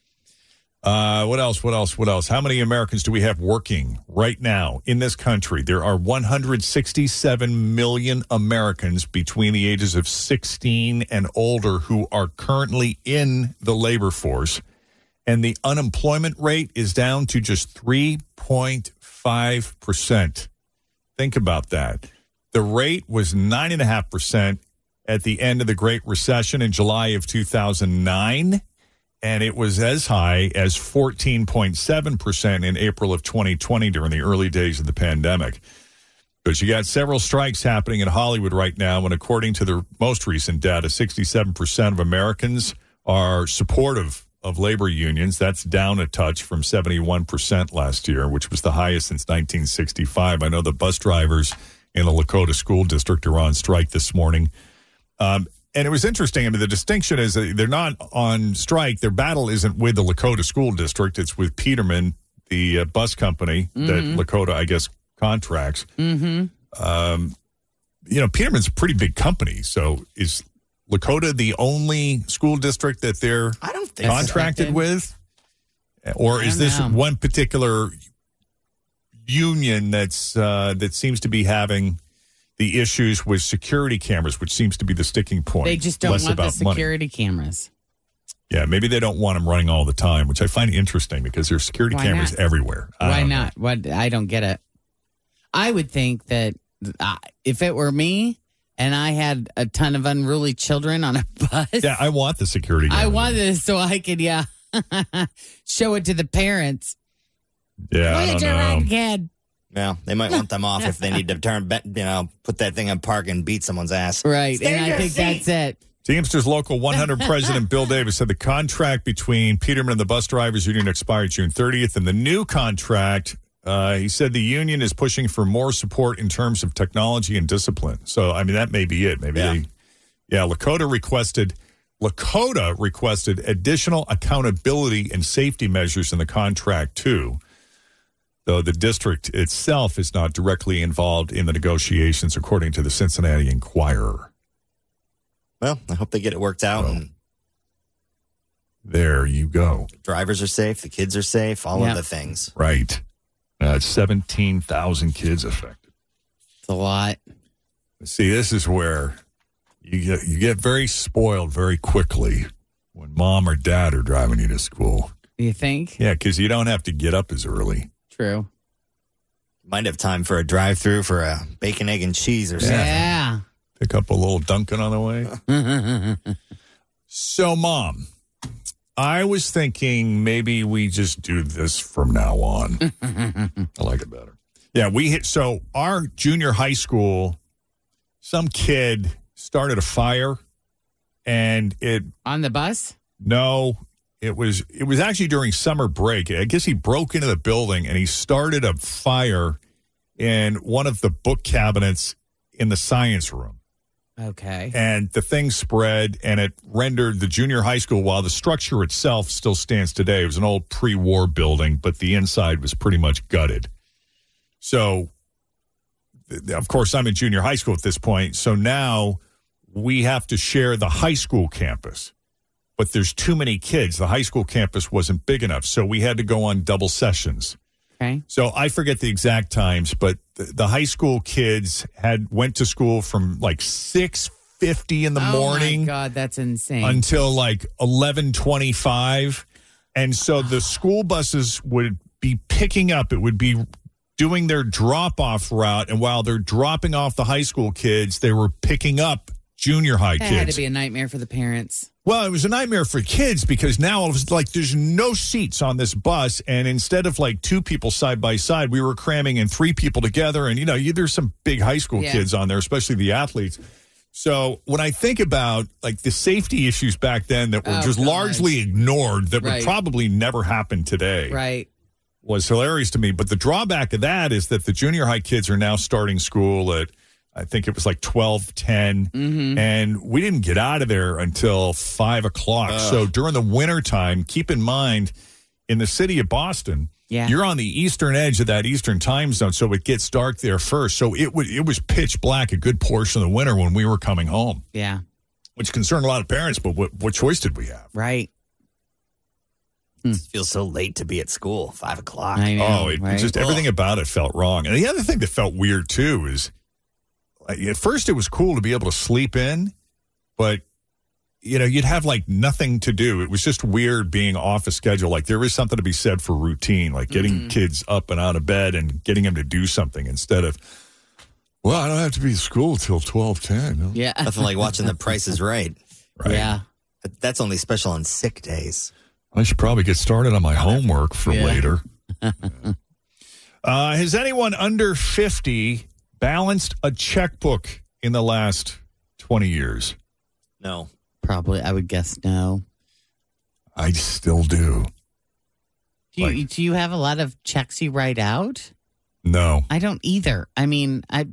Speaker 3: Uh, what else? What else? What else? How many Americans do we have working right now in this country? There are 167 million Americans between the ages of 16 and older who are currently in the labor force and the unemployment rate is down to just 3.5%. Think about that. The rate was 9.5% at the end of the Great Recession in July of 2009, and it was as high as 14.7% in April of 2020 during the early days of the pandemic. But you got several strikes happening in Hollywood right now, and according to the most recent data, 67% of Americans are supportive of labor unions. That's down a touch from 71% last year, which was the highest since 1965. I know the bus drivers in the Lakota School District are on strike this morning. Um, and it was interesting. I mean, the distinction is that they're not on strike. Their battle isn't with the Lakota School District, it's with Peterman, the uh, bus company
Speaker 4: Mhm.
Speaker 3: that Lakota, I guess, contracts
Speaker 4: Mm-hmm.
Speaker 3: um, you know, Peterman's a pretty big company. So is Lakota the only school district that they're
Speaker 10: I don't think
Speaker 3: contracted
Speaker 4: affected.
Speaker 3: with? Or
Speaker 4: I
Speaker 3: is
Speaker 4: don't
Speaker 3: this
Speaker 4: know.
Speaker 3: one particular union that's uh, that seems to be having the issues with security cameras, which seems to be the sticking point?
Speaker 4: They just don't
Speaker 3: less
Speaker 4: want the
Speaker 3: about money.
Speaker 4: security cameras.
Speaker 3: Yeah, maybe they don't want them running all the time, which I find interesting because there's security
Speaker 4: Why
Speaker 3: cameras
Speaker 4: not?
Speaker 3: everywhere. I
Speaker 4: Why
Speaker 3: don't know.
Speaker 4: not? What I don't get it. I would think that uh, if it were me and I had a ton of unruly children on a bus,
Speaker 3: Yeah, I want the security.
Speaker 4: I
Speaker 3: cameras.
Speaker 4: want this so I could yeah show it to the parents.
Speaker 3: Yeah, I
Speaker 4: Look at
Speaker 3: don't
Speaker 4: your
Speaker 3: know.
Speaker 4: red kid.
Speaker 10: Yeah, they might want them off if they need to turn, ba- you know, put that thing in park and beat someone's ass.
Speaker 4: Right,
Speaker 10: Stay in
Speaker 4: and I
Speaker 10: your
Speaker 4: think
Speaker 10: seat.
Speaker 4: that's it.
Speaker 3: Teamsters Local 100 President Bill Davis said the contract between Peterman and the bus drivers union expired June 30th, and the new contract, uh, he said the union is pushing for more support in terms of technology and discipline. So, I mean, that may be it. Maybe
Speaker 10: Yeah.
Speaker 3: they, Yeah, Lakota requested Lakota requested additional accountability and safety measures in the contract too. Though the district itself is not directly involved in the negotiations, according to the Cincinnati Enquirer.
Speaker 10: Well, I hope they get it worked out. and
Speaker 3: there you go.
Speaker 10: Drivers are safe. The kids are safe. All
Speaker 3: Yeah.
Speaker 10: of the things.
Speaker 3: Right. Uh, 17,000 kids affected.
Speaker 4: It's a lot.
Speaker 3: See, this is where you get, you get very spoiled very quickly when mom or dad are driving you to school.
Speaker 4: Do you think?
Speaker 3: Yeah, because you don't have to get up as early.
Speaker 4: True.
Speaker 10: Might have time for a drive through for a bacon, egg, and cheese or something.
Speaker 4: Yeah.
Speaker 3: Pick up a little Dunkin' on the way. so, mom, I was thinking maybe we just do this from now on. I like it better. Yeah, we hit. So, our junior high school, some kid started a fire and it.
Speaker 4: On the bus?
Speaker 3: No. It was it was actually during summer break. I guess he broke into the building and he started a fire in one of the book cabinets in the science room.
Speaker 4: Okay.
Speaker 3: And the thing spread and it rendered the junior high school while the structure itself still stands today. It was an old pre war building, but the inside was pretty much gutted. So, th- of course, I'm in junior high school at this point. So now we have to share the high school campus, but there's too many kids. The high school campus wasn't big enough. So we had to go on double sessions.
Speaker 4: Okay.
Speaker 3: So I forget the exact times, but the, the high school kids had went to school from like six fifty in the
Speaker 4: Oh, my
Speaker 3: morning
Speaker 4: God, that's insane.
Speaker 3: until like eleven twenty five, and so the school buses would be picking up. It would be doing their drop off route, and while they're dropping off the high school kids, they were picking up junior high
Speaker 4: that
Speaker 3: kids.
Speaker 4: had to be a nightmare for the parents.
Speaker 3: Well, it was a nightmare for kids because now it was like there's no seats on this bus, and instead of like two people side by side, we were cramming in three people together, and you know, you, there's some big high school
Speaker 13: Yeah.
Speaker 3: kids on there, especially the athletes. So when I think about like the safety issues back then that were
Speaker 13: Oh,
Speaker 3: just
Speaker 13: God.
Speaker 3: largely ignored, that
Speaker 13: Right.
Speaker 3: would probably never happen today,
Speaker 4: Right.
Speaker 3: was hilarious to me. But the drawback of that is that the junior high kids are now starting school at I think it was like 12, 10. And we didn't get out of there until 5 o'clock. So during the wintertime, keep in mind, in the city of Boston,
Speaker 4: Yeah.
Speaker 3: you're on the eastern edge of that eastern time zone. So it gets dark there first. So it, w- it was pitch black a good portion of the winter when we were coming home,
Speaker 4: Yeah.
Speaker 3: which concerned a lot of parents. But what, what choice did we have?
Speaker 4: Right.
Speaker 10: It feels so late to be at school, five o'clock.
Speaker 3: oh, it, just everything about it felt wrong. And the other thing that felt weird too is, like, at first it was cool to be able to sleep in, but you know you'd have like nothing to do. It was just weird being off a schedule. Like there is something to be said for routine, like getting kids up and out of bed and getting them to do something instead of. Well, I don't have to be at school till twelve ten.
Speaker 4: Yeah.
Speaker 10: Nothing like watching The Price is Right.
Speaker 3: Right.
Speaker 4: Yeah.
Speaker 10: But that's only special on sick days.
Speaker 3: I should probably get started on my homework for
Speaker 10: Yeah.
Speaker 3: later. uh, has anyone under 50 balanced a checkbook in the last 20 years?
Speaker 10: No.
Speaker 4: Probably, I would guess no.
Speaker 3: I still do.
Speaker 4: Do you, do you have a lot of checks you write out?
Speaker 3: No.
Speaker 4: I don't either. I mean, I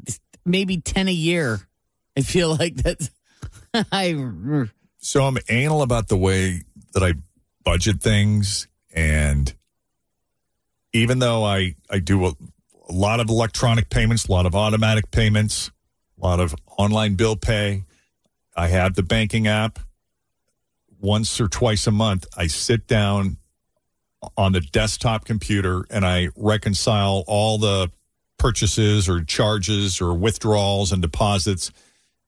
Speaker 4: maybe 10 a year. I feel like that's. I.
Speaker 3: So I'm anal about the way that I budget things. And even though I, I do a, a lot of electronic payments, a lot of automatic payments, a lot of online bill pay, I have the banking app. Once or twice a month, I sit down on the desktop computer and I reconcile all the purchases or charges or withdrawals and deposits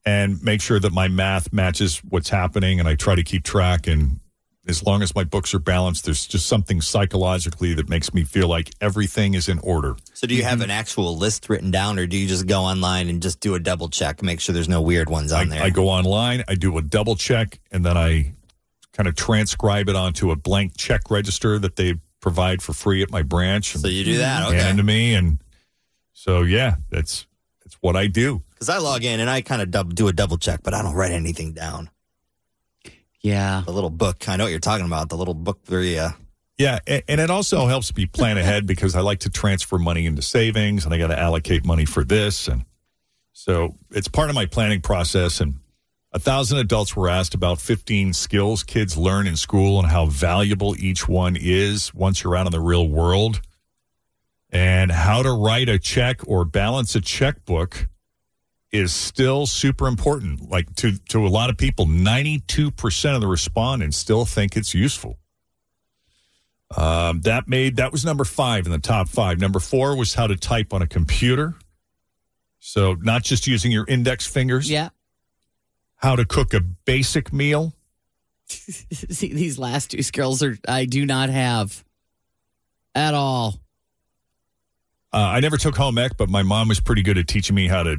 Speaker 3: and make sure that my math matches what's happening and I try to keep track and as long as my books are balanced there's just something psychologically that makes me feel like everything is in order.
Speaker 10: So, do you have an actual list written down, or do you just go online and just do a double check, make sure there's no weird ones on there?
Speaker 3: I go online, I do a double check and then I kind of transcribe it onto a blank check register that they provide for free at my branch. So
Speaker 10: you do that, okay.
Speaker 3: And to me and so yeah, that's that's what I do.
Speaker 10: Because I log in and I kind of dub, do a double check, but I don't write anything down.
Speaker 4: Yeah.
Speaker 10: The little book. I know what you're talking about. The little book where you. uh,
Speaker 3: Yeah, a- and it also helps me plan ahead because I like to transfer money into savings and I got to allocate money for this and so it's part of my planning process and A thousand adults were asked about 15 skills kids learn in school and how valuable each one is once you're out in the real world, and how to write a check or balance a checkbook is still super important. Like to to a lot of people, 92% of the respondents still think it's useful. Um, that made that was number five in the top five. Number four was how to type on a computer. So not just using your index fingers.
Speaker 4: Yeah.
Speaker 3: How to cook a basic meal.
Speaker 4: See, these last two skills are I do not have at all.
Speaker 3: Uh, I never took home ec, but my mom was pretty good at teaching me how to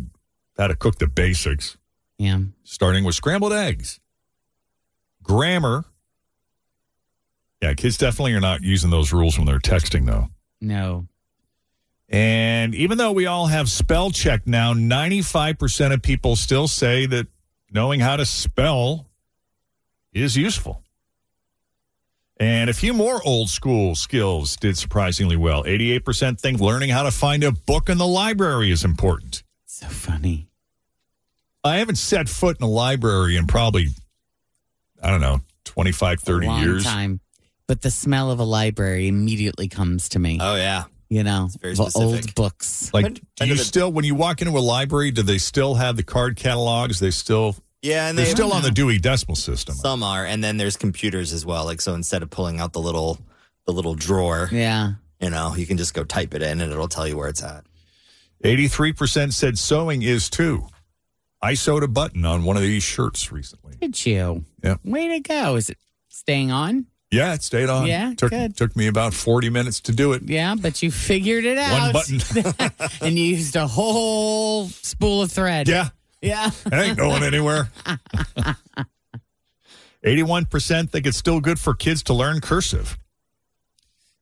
Speaker 3: how to cook the basics.
Speaker 4: Yeah.
Speaker 3: Starting with scrambled eggs. Grammar. Yeah, kids definitely are not using those rules when they're texting though.
Speaker 4: No.
Speaker 3: And even though we all have spell check now, 95% of people still say that knowing how to spell is useful. And a few more old school skills did surprisingly well. 88% think learning how to find a book in the library is important.
Speaker 4: So funny.
Speaker 3: I haven't set foot in a library in probably, I don't know, 25, 30
Speaker 4: Long
Speaker 3: years.
Speaker 4: time. But the smell of a library immediately comes to
Speaker 3: Uh,
Speaker 4: me.
Speaker 10: Oh yeah.
Speaker 4: You know,
Speaker 10: very
Speaker 4: the old
Speaker 10: specific.
Speaker 4: books.
Speaker 3: Like,
Speaker 10: When-
Speaker 3: do
Speaker 10: when
Speaker 3: you
Speaker 10: do the-
Speaker 3: still, when you walk into a library, do they still have the card catalogs? They still,
Speaker 10: Yeah, and
Speaker 3: they're
Speaker 10: they-
Speaker 3: still on the Dewey Decimal System.
Speaker 10: Some are, and then there's computers as well. Like so, instead of pulling out the little the little drawer,
Speaker 4: Yeah.
Speaker 10: you know, you can just go type it in, and it'll tell you where it's at.
Speaker 3: 83% said sewing is too. I sewed a button on one of these shirts recently.
Speaker 4: Did you?
Speaker 3: Yeah.
Speaker 4: Way to go. Is it staying on?
Speaker 3: Yeah, it stayed on.
Speaker 4: Yeah,
Speaker 3: took,
Speaker 4: good.
Speaker 3: took me about 40 minutes to do it.
Speaker 4: Yeah, but you figured it out.
Speaker 3: button.
Speaker 4: and you used a whole spool of thread.
Speaker 3: Yeah,
Speaker 4: Yeah.
Speaker 3: it ain't going anywhere. 81% think it's still good for kids to learn cursive.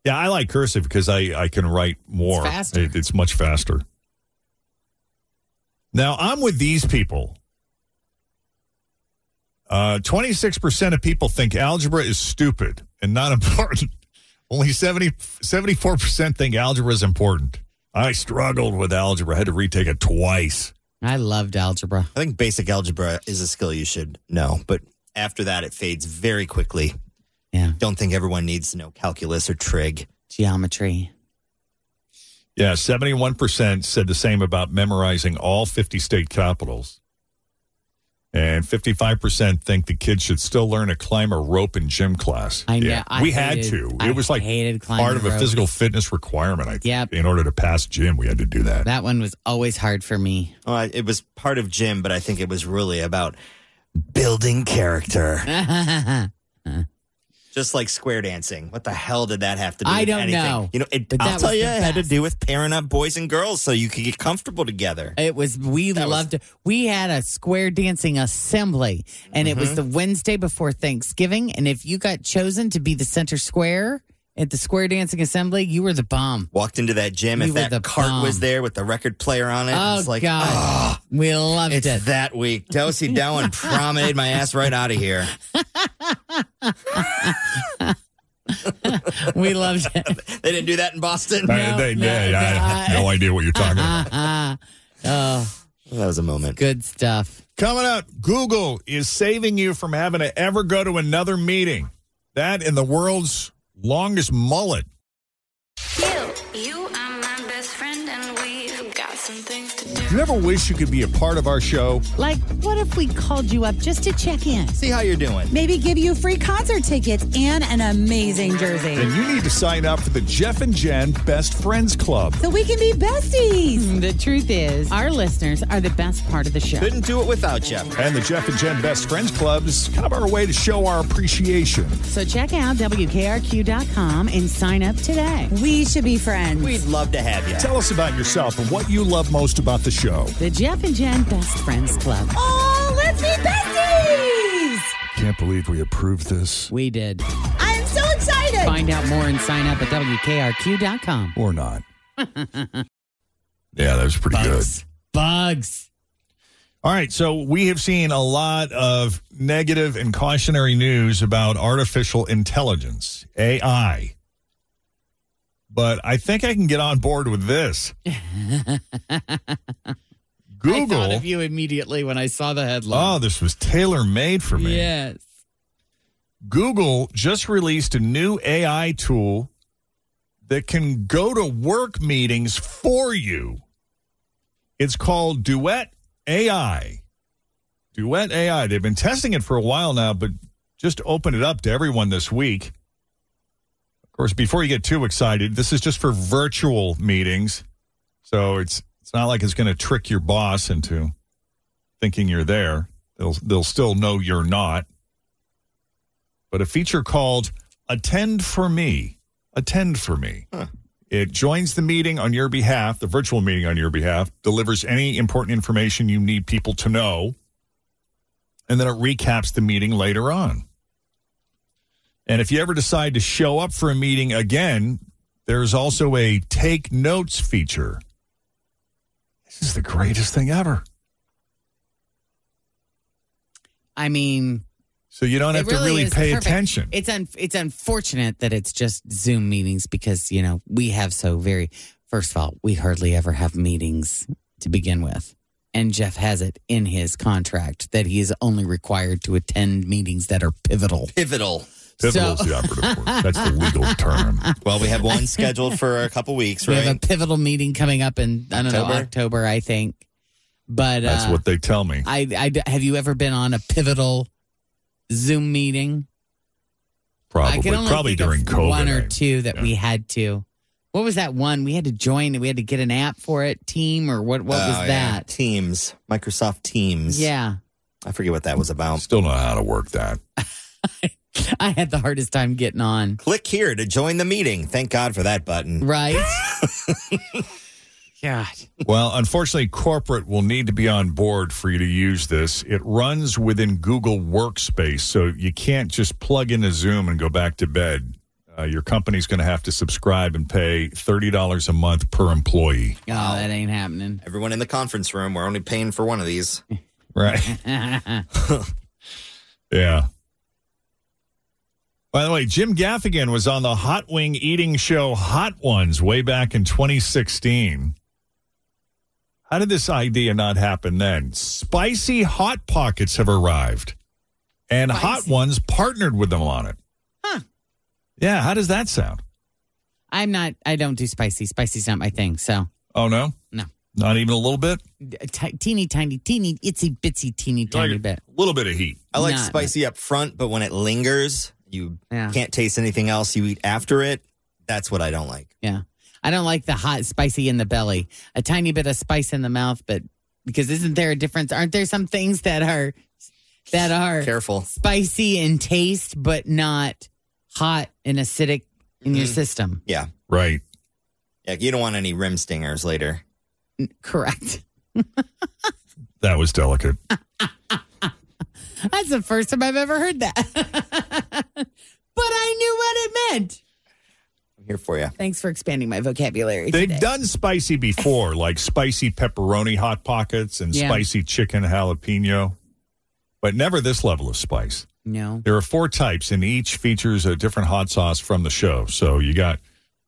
Speaker 3: Yeah, I like cursive because I, I can write more.
Speaker 4: It's faster.
Speaker 3: It- it's much faster. Now, I'm with these people. Uh, 26% of people think algebra is stupid and not important. Only 70, 74% think algebra is important. I struggled with algebra. I had to retake it twice.
Speaker 4: I loved algebra.
Speaker 10: I think basic algebra is a skill you should know, but after that, it fades very quickly.
Speaker 4: Yeah.
Speaker 10: Don't think everyone needs to know calculus or trig.
Speaker 4: Geometry.
Speaker 3: Yeah, 71% said the same about memorizing all 50 state capitals. And 55% think the kids should still learn to climb a rope in gym class.
Speaker 4: I know.
Speaker 3: Yeah,
Speaker 4: I
Speaker 3: we had
Speaker 4: hated-
Speaker 3: to.
Speaker 4: I
Speaker 3: It was like
Speaker 4: hated climbing
Speaker 3: part of
Speaker 4: a
Speaker 3: a
Speaker 4: rope.
Speaker 3: physical fitness requirement, I think.
Speaker 4: Yep.
Speaker 3: In order to pass gym, we had to do that.
Speaker 4: That one was always hard for me.
Speaker 10: Well, I- it was part of gym, but I think it was really about building character,
Speaker 4: I
Speaker 10: just like square dancing. What the hell did that have to do?
Speaker 4: I
Speaker 10: with
Speaker 4: don't
Speaker 10: anything?
Speaker 4: know.
Speaker 10: You know, it,
Speaker 4: But that
Speaker 10: I'll
Speaker 4: was
Speaker 10: tell you,
Speaker 4: the
Speaker 10: it had to
Speaker 4: best.
Speaker 10: do with pairing up boys and girls so you could get comfortable together.
Speaker 4: It was we
Speaker 10: That was-
Speaker 4: loved it. We had a square dancing assembly, and it was the
Speaker 10: Mm-hmm.
Speaker 4: Wednesday before Thanksgiving. And if you got chosen to be the center square at the square dancing assembly, you were the bomb.
Speaker 10: Walked into that gym,
Speaker 4: We
Speaker 10: if
Speaker 4: were
Speaker 10: that
Speaker 4: the
Speaker 10: cart was
Speaker 4: bomb.
Speaker 10: there with the record player on it,
Speaker 4: oh
Speaker 10: it's like, ah.
Speaker 4: God, we loved
Speaker 10: It's
Speaker 4: it.
Speaker 10: that week. Dosey Dowan promenade my ass right out of here.
Speaker 4: we loved it.
Speaker 10: They didn't do that in Boston.
Speaker 3: I- Uh, they
Speaker 4: no,
Speaker 3: did. I have
Speaker 4: no. Uh-uh.
Speaker 3: no idea what you're talking about.
Speaker 4: oh,
Speaker 10: That was a moment.
Speaker 4: good stuff.
Speaker 3: Coming up, Google is saving you from having to ever go to another meeting. That and the world's longest mullet.
Speaker 13: You are my best friend, and we've got some things to do.
Speaker 3: Do you ever wish you could be a part of our show?
Speaker 12: Like, what if we called you up just to check in?
Speaker 10: See how you're doing.
Speaker 12: Maybe give you free concert tickets and an amazing jersey.
Speaker 3: Then you need to sign up for the Jeff and Jen Best Friends Club.
Speaker 12: So we can be besties.
Speaker 4: The truth is, our listeners are the best part of the show.
Speaker 10: Couldn't do it without you.
Speaker 3: And the Jeff and Jen Best Friends Club is kind of our way to show our appreciation.
Speaker 4: So check out WKRQ.com and sign up today.
Speaker 12: We should be friends.
Speaker 10: We'd love to have you.
Speaker 3: Tell us about yourself and what you love most about the show.
Speaker 4: The Jeff and Jen Best Friends Club.
Speaker 12: oh, let's be besties!
Speaker 3: Can't believe we approved this
Speaker 4: We did.
Speaker 12: I'm so excited.
Speaker 4: Find out more and sign up at WKRQ.com.
Speaker 3: or not. yeah, that was pretty good.
Speaker 4: Bugs.
Speaker 3: All right, so we have seen a lot of negative and cautionary news about artificial intelligence, AI. But I think I can get on board with this.
Speaker 4: I
Speaker 3: Google.
Speaker 4: thought of you immediately when I saw the headline.
Speaker 3: Oh, this was tailor made for me.
Speaker 4: Yes.
Speaker 3: Google just released a new AI tool that can go to work meetings for you. It's called Duet AI. Duet AI. They've been testing it for a while now, but just opened it up to everyone this week. Of course, before you get too excited, this is just for virtual meetings. So it's it's not like it's going to trick your boss into thinking you're there. They'll they'll still know you're not but a feature called Attend for Me. Attend for Me. It joins the meeting on your behalf, the virtual meeting on your behalf, delivers any important information you need people to know, and then it recaps the meeting later on. And if you ever decide to show up for a meeting again, there's also a take notes feature. This is the greatest thing ever.
Speaker 4: I mean,
Speaker 3: So you don't
Speaker 4: It
Speaker 3: have to really
Speaker 4: is
Speaker 3: pay
Speaker 4: perfect.
Speaker 3: attention.
Speaker 4: It's un- it's unfortunate that it's just Zoom meetings because you know we have so very. First of all, we hardly ever have meetings to begin with, and Jeff has it in his contract that he is only required to attend meetings that are pivotal.
Speaker 10: Pivotal.
Speaker 4: Pivotal is So- the
Speaker 3: operative word. That's the legal term.
Speaker 10: Well, we have one scheduled for a couple weeks,
Speaker 4: We have
Speaker 10: right?
Speaker 4: a pivotal meeting coming up in I don't know
Speaker 10: October?
Speaker 4: October, I think. But
Speaker 3: That's
Speaker 4: uh,
Speaker 3: what they tell me.
Speaker 4: I, I d- have you ever been on a pivotal Zoom meeting? I
Speaker 3: Probably,
Speaker 4: can only
Speaker 3: probably
Speaker 4: think
Speaker 3: during
Speaker 4: of
Speaker 3: COVID.
Speaker 4: one or
Speaker 3: I-
Speaker 4: two that
Speaker 3: yeah.
Speaker 4: we had to. What was that one we had to join? We had to get an app for it, Team or what? What was
Speaker 10: Oh, yeah.
Speaker 4: that?
Speaker 10: Teams, Microsoft Teams.
Speaker 4: Yeah,
Speaker 10: I forget what that was about.
Speaker 3: Still know how to work that.
Speaker 4: I had the hardest time getting on.
Speaker 10: Click here to join the meeting. Thank God for that button.
Speaker 4: Right? God,
Speaker 3: Well, unfortunately, corporate will need to be on board for you to use this. It runs within Google Workspace, so you can't just plug into Zoom and go back to bed. Uh, your company's going to have to subscribe and pay $30 a month per employee.
Speaker 4: oh, that ain't happening.
Speaker 10: Everyone in the conference room, we're only paying for one of these.
Speaker 3: Right. Yeah. By the way, Jim Gaffigan was on the hot wing eating show Hot Ones way back in 2016. How did this idea not happen then? Spicy Hot Pockets have arrived, and Hot Ones partnered with them on it.
Speaker 4: Huh.
Speaker 3: Yeah, how does that sound?
Speaker 4: I'm not. I don't do spicy. Spicy's not my thing. So
Speaker 3: Oh, no?
Speaker 4: No.
Speaker 3: Not even a little bit?
Speaker 4: a ti- teeny tiny, teeny itsy bitsy, teeny tiny bit.
Speaker 3: A little bit of heat.
Speaker 10: I like
Speaker 4: Not-
Speaker 10: spicy up front, but when it lingers, you
Speaker 4: Yeah.
Speaker 10: can't taste anything else you eat after it. That's what I don't like.
Speaker 4: Yeah. I don't like the hot spicy in the belly. A tiny bit of spice in the mouth, but because isn't there a difference? Aren't there some things that are that are
Speaker 10: Careful.
Speaker 4: spicy in taste but not hot and acidic in your
Speaker 3: Mm-hmm.
Speaker 10: Mhm.
Speaker 4: system?
Speaker 10: Yeah.
Speaker 3: Right.
Speaker 10: Yeah. You don't want any rim stingers later.
Speaker 4: Correct.
Speaker 3: That was delicate.
Speaker 4: That's the first time I've ever heard that. but I knew what it meant.
Speaker 10: I'm here for you.
Speaker 4: Thanks for expanding my vocabulary.
Speaker 3: They've
Speaker 4: today.
Speaker 3: done spicy before, like spicy pepperoni hot pockets and
Speaker 4: Yeah.
Speaker 3: spicy chicken jalapeno, but never this level of spice.
Speaker 4: No.
Speaker 3: There are four types, and each features a different hot sauce from the show. So you got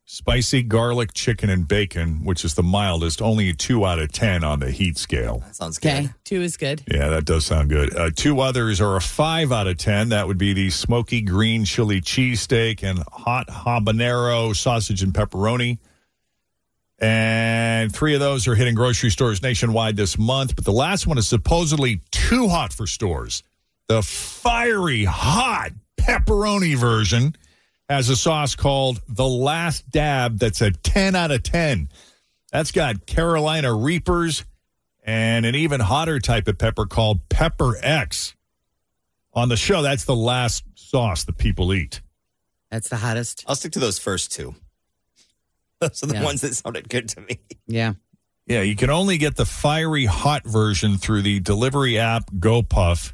Speaker 3: spicy garlic chicken and bacon, which is the mildest, only a two out of 10 on the heat scale.
Speaker 10: That sounds good.
Speaker 4: Okay. Two is good.
Speaker 3: Yeah, that does sound good. Uh, two others are a five out of 10. That would be the smoky green chili cheesesteak and hot habanero sausage and pepperoni. And three of those are hitting grocery stores nationwide this month. But the last one is supposedly too hot for stores. The fiery hot pepperoni version has a sauce called the last dab that's a 10 out of 10. That's got Carolina Reapers and an even hotter type of pepper called Pepper X. On the show, that's the last sauce that people eat.
Speaker 4: That's the hottest.
Speaker 10: I'll stick to those first two. Those are the
Speaker 4: Yeah.
Speaker 10: ones that sounded good to me.
Speaker 4: Yeah.
Speaker 3: Yeah, you can only get the fiery hot version through the delivery app GoPuff.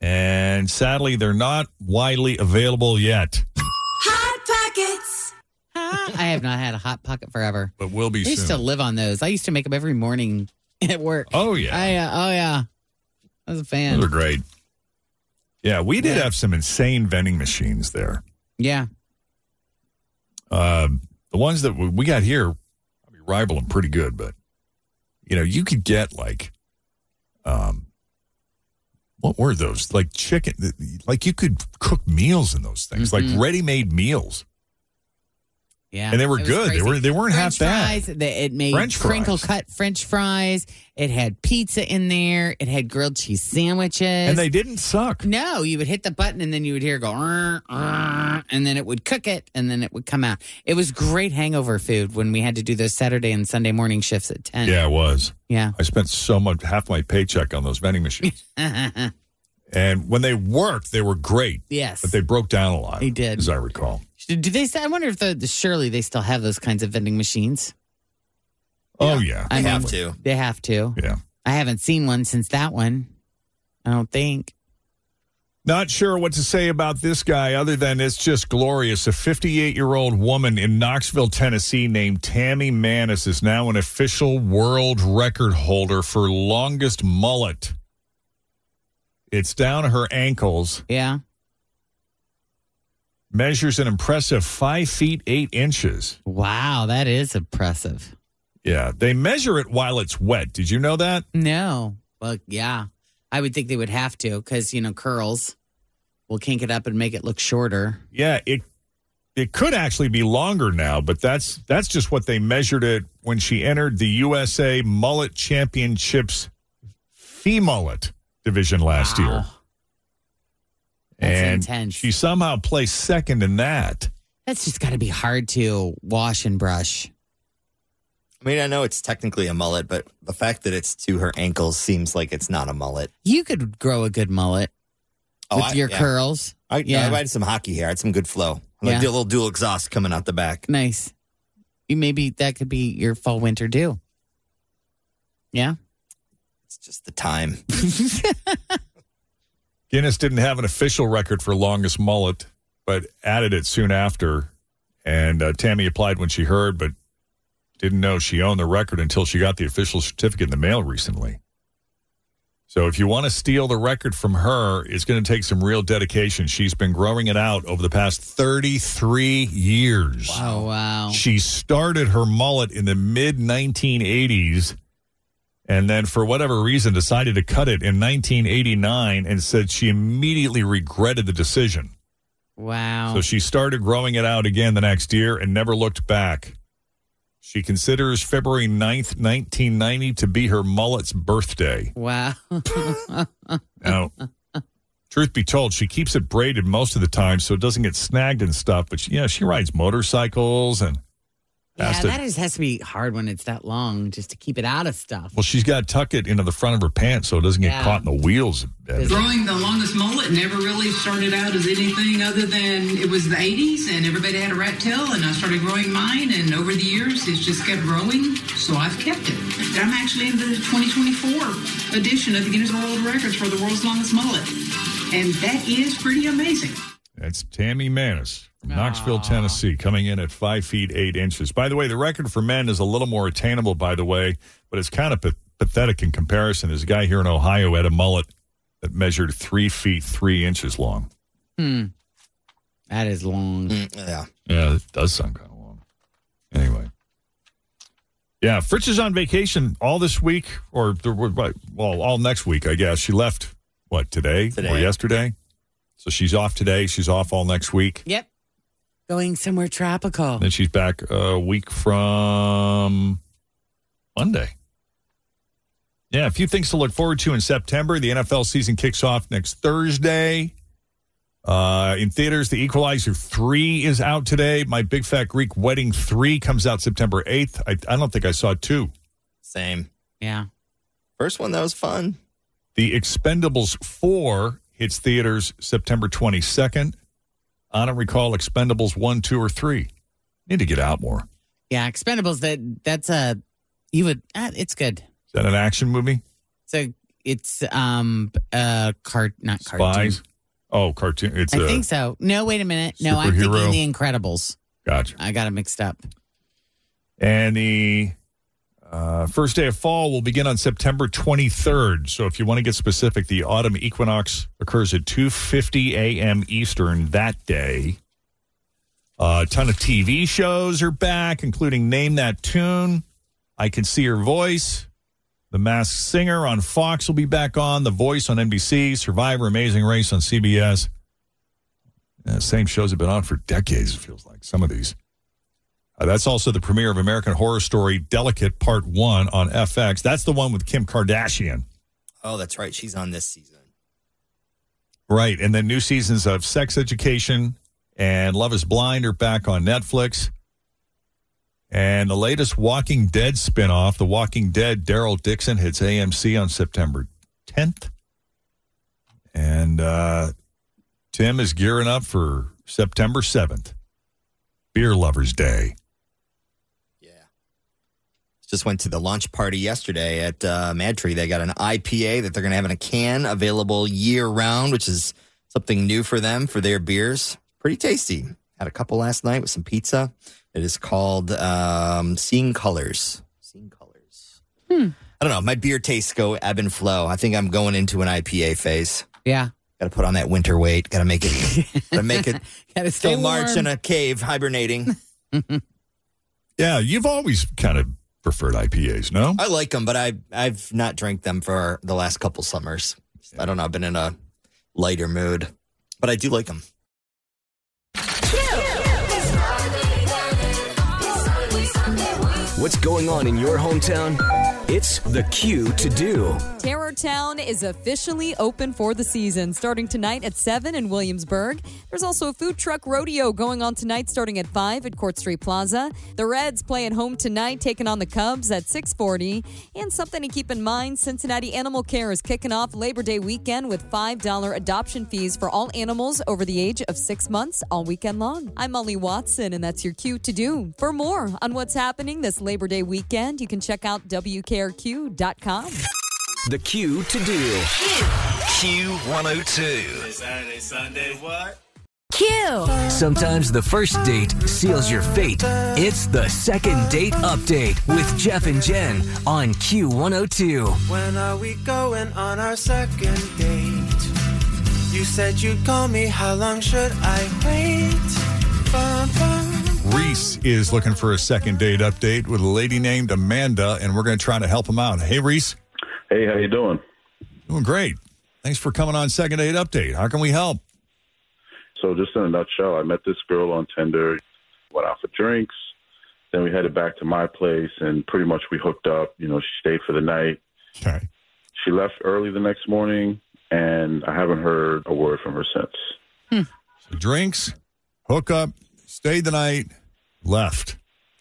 Speaker 3: And sadly, they're not widely available yet,
Speaker 13: Hot pockets.
Speaker 4: Ah, I have not had a hot pocket forever.
Speaker 3: but will be
Speaker 4: I used to
Speaker 3: soon.
Speaker 4: live on those. I used to make them every morning at work.
Speaker 3: Oh, yeah.
Speaker 4: I, uh, oh yeah, I was a fan.
Speaker 3: Those are great. Yeah, we did
Speaker 4: Yeah.
Speaker 3: have some insane vending machines there.
Speaker 4: Yeah,
Speaker 3: Um, the ones that we we got here, I mean, rival them pretty good, but You know, you could get like, um, what were those? Like chicken. Like you could cook meals in those things, like ready-made meals.
Speaker 4: Mm-hmm. Yeah,
Speaker 3: And they were
Speaker 4: it was
Speaker 3: good. They
Speaker 4: crazy.
Speaker 3: were- they weren't half
Speaker 4: French
Speaker 3: bad.
Speaker 4: Fries, they- it made
Speaker 3: French
Speaker 4: crinkle
Speaker 3: fries.
Speaker 4: cut French fries. It had pizza in there. It had grilled cheese sandwiches,
Speaker 3: And they didn't suck.
Speaker 4: No, you would hit the button and then you would hear it go, "Rrr, rrr," and then it would cook it and then it would come out. It was great hangover food when we had to do those Saturday and Sunday morning shifts at ten.
Speaker 3: Yeah, it was.
Speaker 4: Yeah.
Speaker 3: I spent so much, half my paycheck on those vending machines.
Speaker 4: Yeah.
Speaker 3: and when they worked, they were great.
Speaker 4: Yes.
Speaker 3: But they broke down a lot.
Speaker 4: They did.
Speaker 3: As I recall.
Speaker 4: Do they? Say, I wonder if the, the surely they still have those kinds of vending machines.
Speaker 3: Oh, yeah.
Speaker 4: I have to. They have to.
Speaker 3: Yeah.
Speaker 4: I haven't seen one since that one. I don't think.
Speaker 3: Not sure what to say about this guy other than it's just glorious. A 58 year old woman in Knoxville, Tennessee, named Tammy Manis, is now an official world record holder for longest mullet. It's down to her ankles,
Speaker 4: Yeah.
Speaker 3: measures an impressive five feet, eight inches.
Speaker 4: Wow, that is impressive.
Speaker 3: Yeah, they measure it while it's wet. Did you know that?
Speaker 4: No. Well, yeah. I would think they would have to because, you know, curls will kink it up and make it look shorter.
Speaker 3: Yeah, it it could actually be longer now, but that's that's just what they measured it when she entered the USA Mullet Championships femullet division last year.
Speaker 4: That's
Speaker 3: and
Speaker 4: intense.
Speaker 3: she somehow placed second in that.
Speaker 4: That's just got to be hard to wash and brush.
Speaker 10: I mean, I know it's technically a mullet, but the fact that it's to her ankles seems like it's not a mullet. Oh,
Speaker 4: You could grow a good mullet
Speaker 3: Oh,
Speaker 4: with
Speaker 10: I-
Speaker 4: your
Speaker 10: yeah.
Speaker 4: curls.
Speaker 10: I,
Speaker 4: yeah.
Speaker 10: I had some hockey hair. I had some good flow. I
Speaker 4: Yeah.
Speaker 10: like the little dual exhaust coming out the back.
Speaker 4: nice. You maybe that could be your fall winter do. Yeah.
Speaker 10: It's just the time.
Speaker 3: Guinness didn't have an official record for longest mullet, but added it soon after. And uh, Tammy applied when she heard, but didn't know she owned the record until she got the official certificate in the mail recently. So if you want to steal the record from her, it's going to take some real dedication. She's been growing it out over the past 33 years.
Speaker 4: Oh, wow.
Speaker 3: She started her mullet in the mid 1980s and then, for whatever reason, decided to cut it in 1989 and said she immediately regretted the decision.
Speaker 4: Wow.
Speaker 3: So she started growing it out again the next year and never looked back. She considers February 9th, 1990 to be her mullet's birthday.
Speaker 4: wow.
Speaker 3: Now, truth be told, she keeps it braided most of the time so it doesn't get snagged and stuff. But she, yeah, she rides motorcycles and
Speaker 4: yeah,
Speaker 3: has to-
Speaker 4: that is, has to be hard when it's that long just to keep it out of stuff.
Speaker 3: Well, she's got to tuck it into the front of her pants so it doesn't get
Speaker 4: Yeah.
Speaker 3: caught in the wheels.
Speaker 14: Growing the longest mullet never really started out as anything other than it was the 80s and everybody had a rat tail and I started growing mine and over the years it's just kept growing so I've kept it. And I'm actually in the 2024 edition of the Guinness World Records for the world's longest mullet and that is pretty amazing.
Speaker 3: That's Tammy Manis from Knoxville, Tennessee, coming in at five feet eight inches. By the way, the record for men is a little more attainable, by the way, but it's kind of pa- pathetic in comparison. There's a guy here in Ohio had a mullet that measured three feet three inches long.
Speaker 4: Hmm. That is long.
Speaker 10: Mm, yeah.
Speaker 3: Yeah, it does sound kind of long. Anyway. Yeah, Fritz is on vacation all this week, or the- well, all next week, I guess. She left what today, or
Speaker 10: Today.
Speaker 3: yesterday, so she's off today. She's off all next week.
Speaker 4: Yep. Going somewhere tropical.
Speaker 3: Then she's back a week from Monday. Yeah, a few things to look forward to in September. The NFL season kicks off next Thursday. Uh, in theaters, The Equalizer 3 is out today. My Big Fat Greek Wedding 3 comes out September 8th. I, I don't think I saw 2.
Speaker 10: Same.
Speaker 4: Yeah.
Speaker 10: First one, that was fun.
Speaker 3: The Expendables 4 hits theaters September 22nd. I don't recall Expendables 1, 2, or 3. Need to get out more.
Speaker 4: Yeah. Expendables. That that's a you would. Uh, it's good.
Speaker 3: Is that an action movie?
Speaker 4: So it's um uh cart not cartoon.
Speaker 3: Spies. Oh, cartoon. It's
Speaker 4: I
Speaker 3: a
Speaker 4: think so. No, wait a minute. No, I'm
Speaker 3: superhero.
Speaker 4: thinking The Incredibles.
Speaker 3: gotcha.
Speaker 4: I got it mixed up.
Speaker 3: And the uh, first day of fall will begin on September 23rd. So if you want to get specific, the autumn equinox occurs at 2:50 a.m. Eastern that day. Uh, a ton of TV shows are back, including Name That Tune, I Can See Her Voice, The Masked Singer on Fox will be back on. The Voice on NBC. Survivor Amazing Race on CBS. Uh, same shows have been on for decades, it feels like, some of these. Uh, that's also the premiere of American Horror Story Delicate Part 1 on FX. That's the one with Kim Kardashian.
Speaker 10: Oh, that's right. She's on this season.
Speaker 3: Right. And then new seasons of Sex Education and Love is Blind are back on Netflix. And the latest Walking Dead spinoff, The Walking Dead, Daryl Dixon hits AMC on September 10th. And uh, Tim is gearing up for September 7th, Beer Lovers Day.
Speaker 10: Just went to the launch party yesterday at uh, Mad Tree. They got an IPA that they're going to have in a can available year round, which is something new for them for their beers. Pretty tasty. Had a couple last night with some pizza. It is called um, Seeing Colors. Seeing Colors.
Speaker 4: Hmm.
Speaker 10: I don't know. My beer tastes go ebb and flow. I think I'm going into an IPA phase.
Speaker 4: Yeah.
Speaker 10: Got to put on that winter weight. Got to make it. Got to make it.
Speaker 4: Gotta
Speaker 10: still
Speaker 4: stay
Speaker 10: March
Speaker 4: warm.
Speaker 10: in a cave hibernating.
Speaker 3: Yeah, you've always kind of preferred IPAs, no?
Speaker 10: I like them, but I I've not drank them for the last couple summers. I don't know. I've been in a lighter mood, but I do like them.
Speaker 2: What's going on in your hometown? It's the Q to do.
Speaker 15: Terror Town is officially open for the season, starting tonight at 7 in Williamsburg. There's also a food truck rodeo going on tonight, starting at 5 at Court Street Plaza. The Reds play at home tonight, taking on the Cubs at 640. And something to keep in mind, Cincinnati Animal Care is kicking off Labor Day weekend with $5 adoption fees for all animals over the age of six months all weekend long. I'm Molly Watson, and that's your cue to do. For more on what's happening this Labor Day weekend, you can check out WKRQ.com.
Speaker 2: The Q to do. Q102.
Speaker 9: Saturday, Sunday, what?
Speaker 2: Q. Sometimes the first date seals your fate. It's the second date update with Jeff and Jen on Q102.
Speaker 9: When are we going on our second date? You said you'd call me. How long should I wait? Bum, bum.
Speaker 3: Reese is looking for a second date update with a lady named Amanda, and we're going to try to help him out. Hey, Reese.
Speaker 16: Hey, how you doing?
Speaker 3: Doing great. Thanks for coming on Second Date Update. How can we help?
Speaker 16: So, just in a nutshell, I met this girl on Tinder, went out for drinks. Then we headed back to my place, and pretty much we hooked up. You know, she stayed for the night.
Speaker 3: Okay.
Speaker 16: She left early the next morning, and I haven't heard a word from her since.
Speaker 3: So drinks, hook up, stayed the night, left.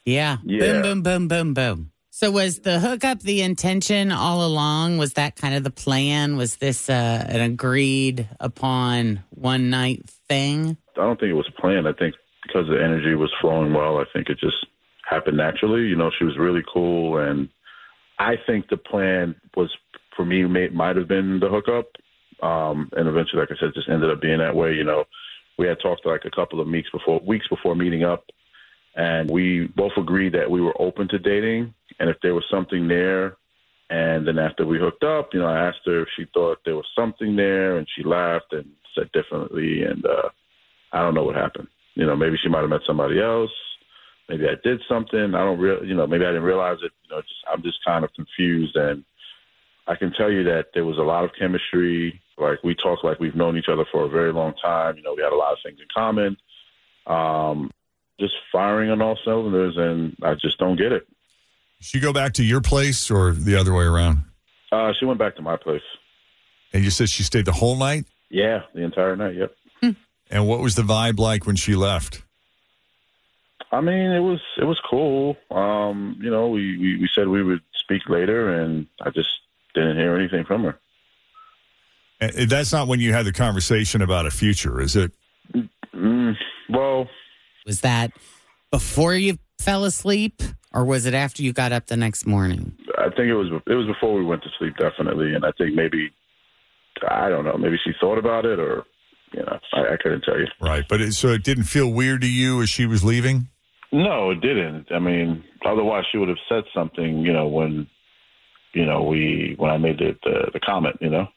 Speaker 4: Yeah.
Speaker 3: Yeah.
Speaker 4: Boom, boom, boom, boom, boom. So was the hookup the intention all along? Was that kind of the plan? Was this uh, an agreed upon one night thing?
Speaker 16: I don't think it was planned. I think because the energy was flowing well, I think it just happened naturally. You know, she was really cool, and I think the plan was for me may, might have been the hookup, um, and eventually, like I said, just ended up being that way. You know, we had talked like a couple of weeks before weeks before meeting up, and we both agreed that we were open to dating, and if there was something there. And then after we hooked up, you know, I asked her if she thought there was something there, and she laughed and said definitely. And uh, I don't know what happened. You know, maybe she might have met somebody else. Maybe I did something. I don't real. You know, maybe I didn't realize it. You know, just I'm just kind of confused. And I can tell you that there was a lot of chemistry. Like we talk like we've known each other for a very long time. You know, we had a lot of things in common. Um, just firing on all cylinders, and I just don't get it.
Speaker 3: She go back to your place or the other way around?
Speaker 16: Uh, she went back to my place.
Speaker 3: And you said she stayed the whole night.
Speaker 16: Yeah, the entire night. Yep.
Speaker 3: And what was the vibe like when she left?
Speaker 16: I mean, it was it was cool. Um, you know, we, we, we said we would speak later, and I just didn't hear anything from her.
Speaker 3: Eh, That's not when you had the conversation about a future, is it?
Speaker 16: Mm, well,
Speaker 4: Was that before you fell asleep or was it after you got up the next morning?
Speaker 16: I think it was it was before we went to sleep, definitely, and I think maybe I don't know, maybe she thought about it, or you know, I, I couldn't tell you.
Speaker 3: Right. But it, so it didn't feel weird to you as she was leaving?
Speaker 16: No, it didn't. I mean, otherwise she would have said something. You know, when you know we when I made the the, the comment. You know,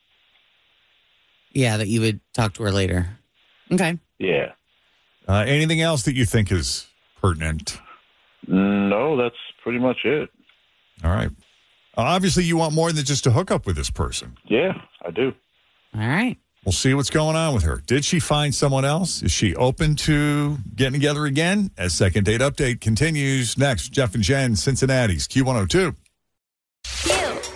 Speaker 4: Yeah, that you would talk to her later. Okay.
Speaker 16: yeah.
Speaker 3: Uh, anything else that you think is pertinent?
Speaker 16: No, that's pretty much it.
Speaker 3: All right. Obviously, you want more than just to hook up with this person.
Speaker 16: Yeah, I do.
Speaker 4: All right.
Speaker 3: We'll see what's going on with her. Did she find someone else? Is she open to getting together again? As second date update continues next, Jeff and Jen, Cincinnati's Q102.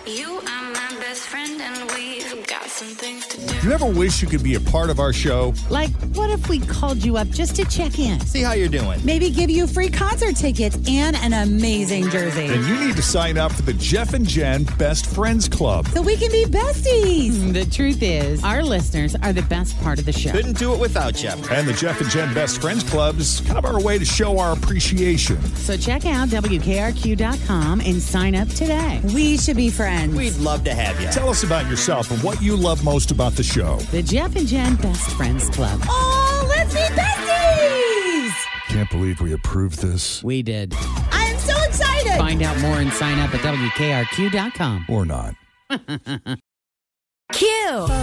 Speaker 13: You are my best friend, and we've got some things to do.
Speaker 3: Do you ever wish you could be a part of our show?
Speaker 12: Like, what if we called you up just to check in?
Speaker 10: See how you're doing.
Speaker 12: Maybe give you free concert tickets and an amazing jersey.
Speaker 3: Then you need to sign up for the Jeff and Jen Best Friends Club.
Speaker 12: So we can be besties.
Speaker 4: Hmm, The truth is, our listeners are the best part of the show.
Speaker 10: Couldn't do it without you.
Speaker 3: And the Jeff and Jen Best Friends Club is kind of our way to show our appreciation.
Speaker 4: So check out WKRQ.com and sign up today.
Speaker 12: We should be friends.
Speaker 10: We'd love to have you.
Speaker 3: Tell us about yourself and what you love most about the show.
Speaker 4: The Jeff and Jen Best Friends Club.
Speaker 12: Oh, let's be besties!
Speaker 3: Can't believe we approved this.
Speaker 4: We did.
Speaker 12: I'm so excited.
Speaker 4: Find out more and sign up at WKRQ.com.
Speaker 3: Or not.
Speaker 12: Q.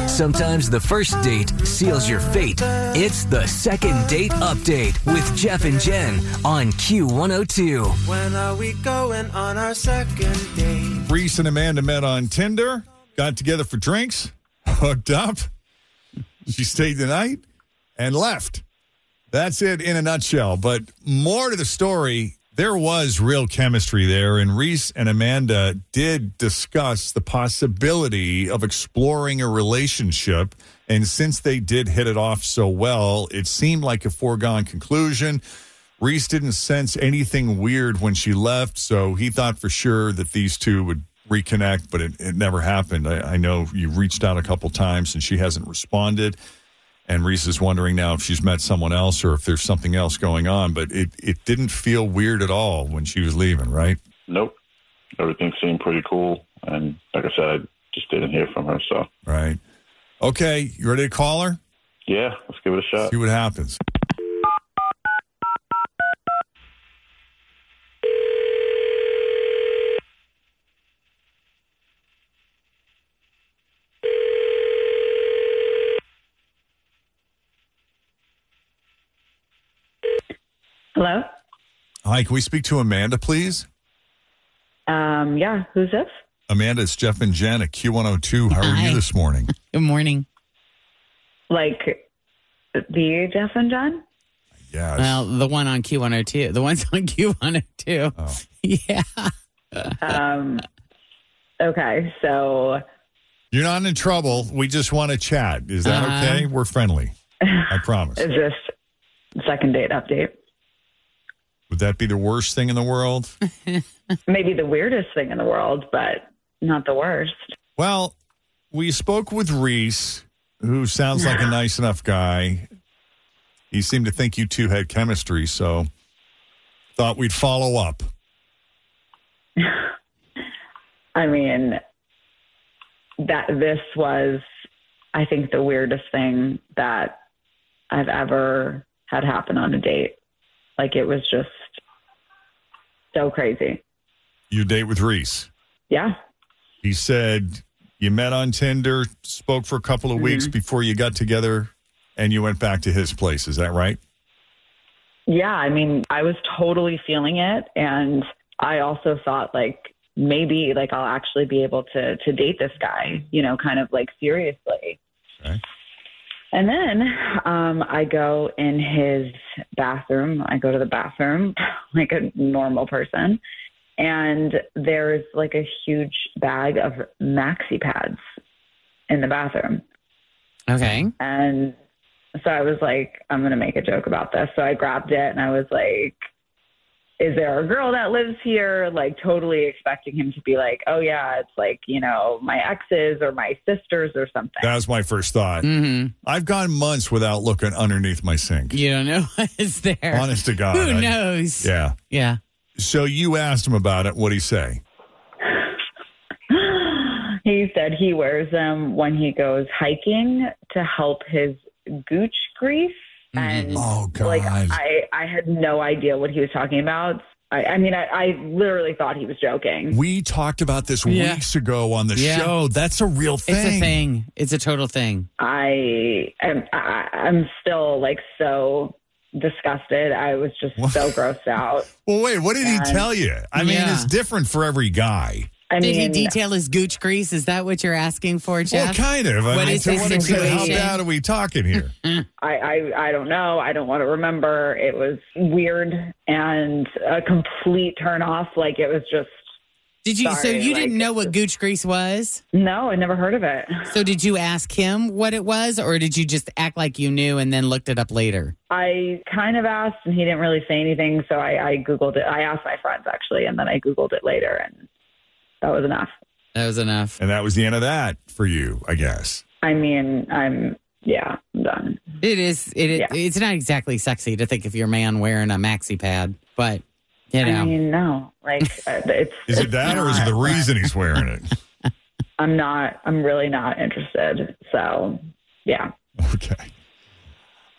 Speaker 2: Sometimes the first date seals your fate. It's the second date update with Jeff and Jen on Q102.
Speaker 9: When are we going on our second date?
Speaker 3: Reese and Amanda met on Tinder, got together for drinks, hooked up. She stayed the night and left. That's it in a nutshell. But more to the story, there was real chemistry there, and Reese and Amanda did discuss the possibility of exploring a relationship. And since they did hit it off so well, it seemed like a foregone conclusion. Reese didn't sense anything weird when she left, so he thought for sure that these two would reconnect, but it, it never happened. I, I know you reached out a couple times and she hasn't responded. And Reese is wondering now if she's met someone else or if there's something else going on, but it, it didn't feel weird at all when she was leaving, right?
Speaker 16: Nope. Everything seemed pretty cool. And like I said, I just didn't hear from her. So,
Speaker 3: Right. Okay, you ready to call her?
Speaker 16: yeah, let's give it a shot.
Speaker 3: See what happens.
Speaker 17: Hello.
Speaker 3: Hi, can we speak to Amanda, please?
Speaker 17: Um, yeah, who's this?
Speaker 3: Amanda, it's Jeff and Jen at Q102. How are you this morning?
Speaker 4: Good morning.
Speaker 17: Like the Jeff and John?
Speaker 3: Yes.
Speaker 4: Well, the one on Q102. The one's on Q102.
Speaker 3: Oh.
Speaker 4: Yeah.
Speaker 17: Um, okay, so
Speaker 3: You're not in trouble. We just want to chat. Is that
Speaker 4: Uh-huh.
Speaker 3: okay? We're friendly. I promise.
Speaker 17: is this second date update?
Speaker 3: Would that be the worst thing in the world?
Speaker 17: Maybe the weirdest thing in the world, but not the worst.
Speaker 3: Well, we spoke with Reese, who sounds like a nice enough guy. He seemed to think you two had chemistry, so thought we'd follow up.
Speaker 17: I mean, that this was, I think, the weirdest thing that I've ever had happen on a date. Like it was just so crazy.
Speaker 3: You date with Reese.
Speaker 17: Yeah.
Speaker 3: He said you met on Tinder, spoke for a couple of weeks before you got together, and you went back to his place. Is that right?
Speaker 17: Yeah, I mean, I was totally feeling it and I also thought like maybe like I'll actually be able to to date this guy, you know, kind of like seriously.
Speaker 3: Okay.
Speaker 17: And then um I go in his bathroom. I go to the bathroom like a normal person and there's like a huge bag of maxi pads in the bathroom.
Speaker 4: Okay.
Speaker 17: And so I was like, I'm going to make a joke about this. So I grabbed it and I was like, is there a girl that lives here? Like, totally expecting him to be like, oh, yeah, it's like, you know, my exes or my sisters or something.
Speaker 3: That was my first thought.
Speaker 4: Mm-hmm.
Speaker 3: I've gone months without looking underneath my sink.
Speaker 4: You don't know what is there.
Speaker 3: Honest to God.
Speaker 4: Who
Speaker 3: I-
Speaker 4: knows?
Speaker 3: Yeah.
Speaker 4: Yeah.
Speaker 3: So you asked him about it. What'd he say?
Speaker 17: he said he wears them when he goes hiking to help his gooch grease. And
Speaker 3: Oh, God.
Speaker 17: like, I, I had no idea what he was talking about. I, I mean, I, I literally thought he was joking.
Speaker 3: We talked about this
Speaker 4: Yeah.
Speaker 3: weeks ago on the
Speaker 4: Yeah.
Speaker 3: show. That's a real thing.
Speaker 4: It's a thing. It's a total thing.
Speaker 17: I am I, I'm still like so disgusted. I was just so grossed out.
Speaker 3: Well, wait, what did he
Speaker 17: And-
Speaker 3: tell you? I mean,
Speaker 4: Yeah.
Speaker 3: it's different for every guy.
Speaker 17: I
Speaker 4: Did he
Speaker 17: mean-
Speaker 4: detail his gooch grease? Is that what you're asking for, Jeff?
Speaker 3: Well, kind of. I
Speaker 4: What
Speaker 3: mean,
Speaker 4: is
Speaker 3: to
Speaker 4: his
Speaker 3: what extent- How
Speaker 4: situation?
Speaker 3: bad are we talking here?
Speaker 17: I, I I don't know. I don't want to remember. It was weird and a complete turn off. Like it was just.
Speaker 4: Did you? so
Speaker 17: sorry,
Speaker 4: you
Speaker 17: like,
Speaker 4: didn't know what gooch grease was?
Speaker 17: No, I never heard of it.
Speaker 4: So did you ask him what it was, or did you just act like you knew and then looked it up later?
Speaker 17: I kind of asked, and he didn't really say anything. So I, I googled it. I asked my friends actually, and then I googled it later, and that was enough.
Speaker 4: That was enough.
Speaker 3: And that was the end of that for you, I guess.
Speaker 17: I mean, I'm yeah, I'm done.
Speaker 4: It is. It, it
Speaker 17: Yeah.
Speaker 4: it's not exactly sexy to think of your man wearing a maxi pad, but you know.
Speaker 17: I mean, no, like uh, it's.
Speaker 3: Is it that, or is it the reason he's wearing it?
Speaker 17: I'm not. I'm really not interested. So yeah.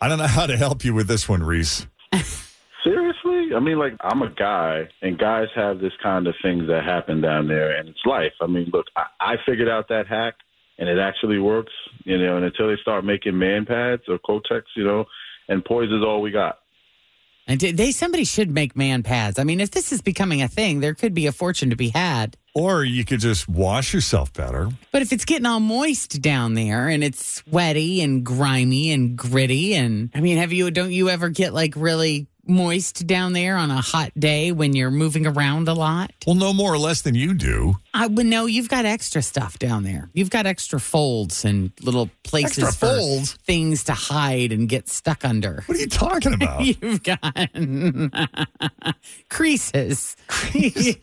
Speaker 3: I don't know how to help you with this one, Reese.
Speaker 16: Seriously? I mean, like, I'm a guy, and guys have this kind of things that happen down there, and it's life. I mean, look, I, I figured out that hack, and it actually works, you know, and until they start making man pads or Kotex, you know, and poise is all we got.
Speaker 4: And did- they somebody should make man pads. I mean, if this is becoming a thing, there could be a fortune to be had.
Speaker 3: Or you could just wash yourself better.
Speaker 4: But if it's getting all moist down there and it's sweaty and grimy and gritty and I mean, have you don't you ever get like really moist down there on a hot day when you're moving around a lot?
Speaker 3: Well, no more or less than you do.
Speaker 4: I would know you've got extra stuff down there. You've got extra folds and little places
Speaker 3: Extra
Speaker 4: for
Speaker 3: folds?
Speaker 4: things to hide and get stuck under.
Speaker 3: What are you talking about?
Speaker 4: You've got creases. Creases.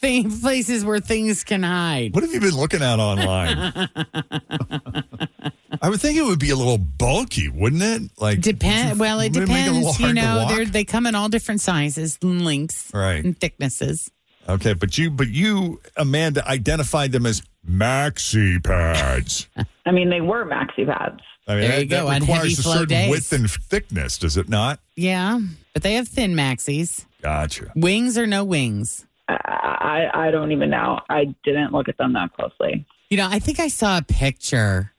Speaker 4: Thing, places where things can hide.
Speaker 3: What have you been looking at online? I would think it would be a little bulky, wouldn't it? Like
Speaker 4: Depend. Well, it
Speaker 3: Would it make it a little
Speaker 4: depends. You
Speaker 3: hard to
Speaker 4: know,
Speaker 3: walk?
Speaker 4: they're- they come in all different sizes, and lengths,
Speaker 3: Right.
Speaker 4: and thicknesses.
Speaker 3: Okay, but you, but you, Amanda, identified them as maxi pads.
Speaker 17: I mean, they were maxi pads.
Speaker 3: I mean,
Speaker 4: There
Speaker 3: that,
Speaker 4: you go,
Speaker 3: that
Speaker 4: on
Speaker 3: requires
Speaker 4: heavy
Speaker 3: a
Speaker 4: flow
Speaker 3: certain
Speaker 4: days.
Speaker 3: width and thickness, does it not?
Speaker 4: Yeah, but they have thin maxis.
Speaker 3: Gotcha.
Speaker 4: Wings or no wings?
Speaker 17: I I I don't even know. I didn't look at them that closely.
Speaker 4: You know, I think I saw a picture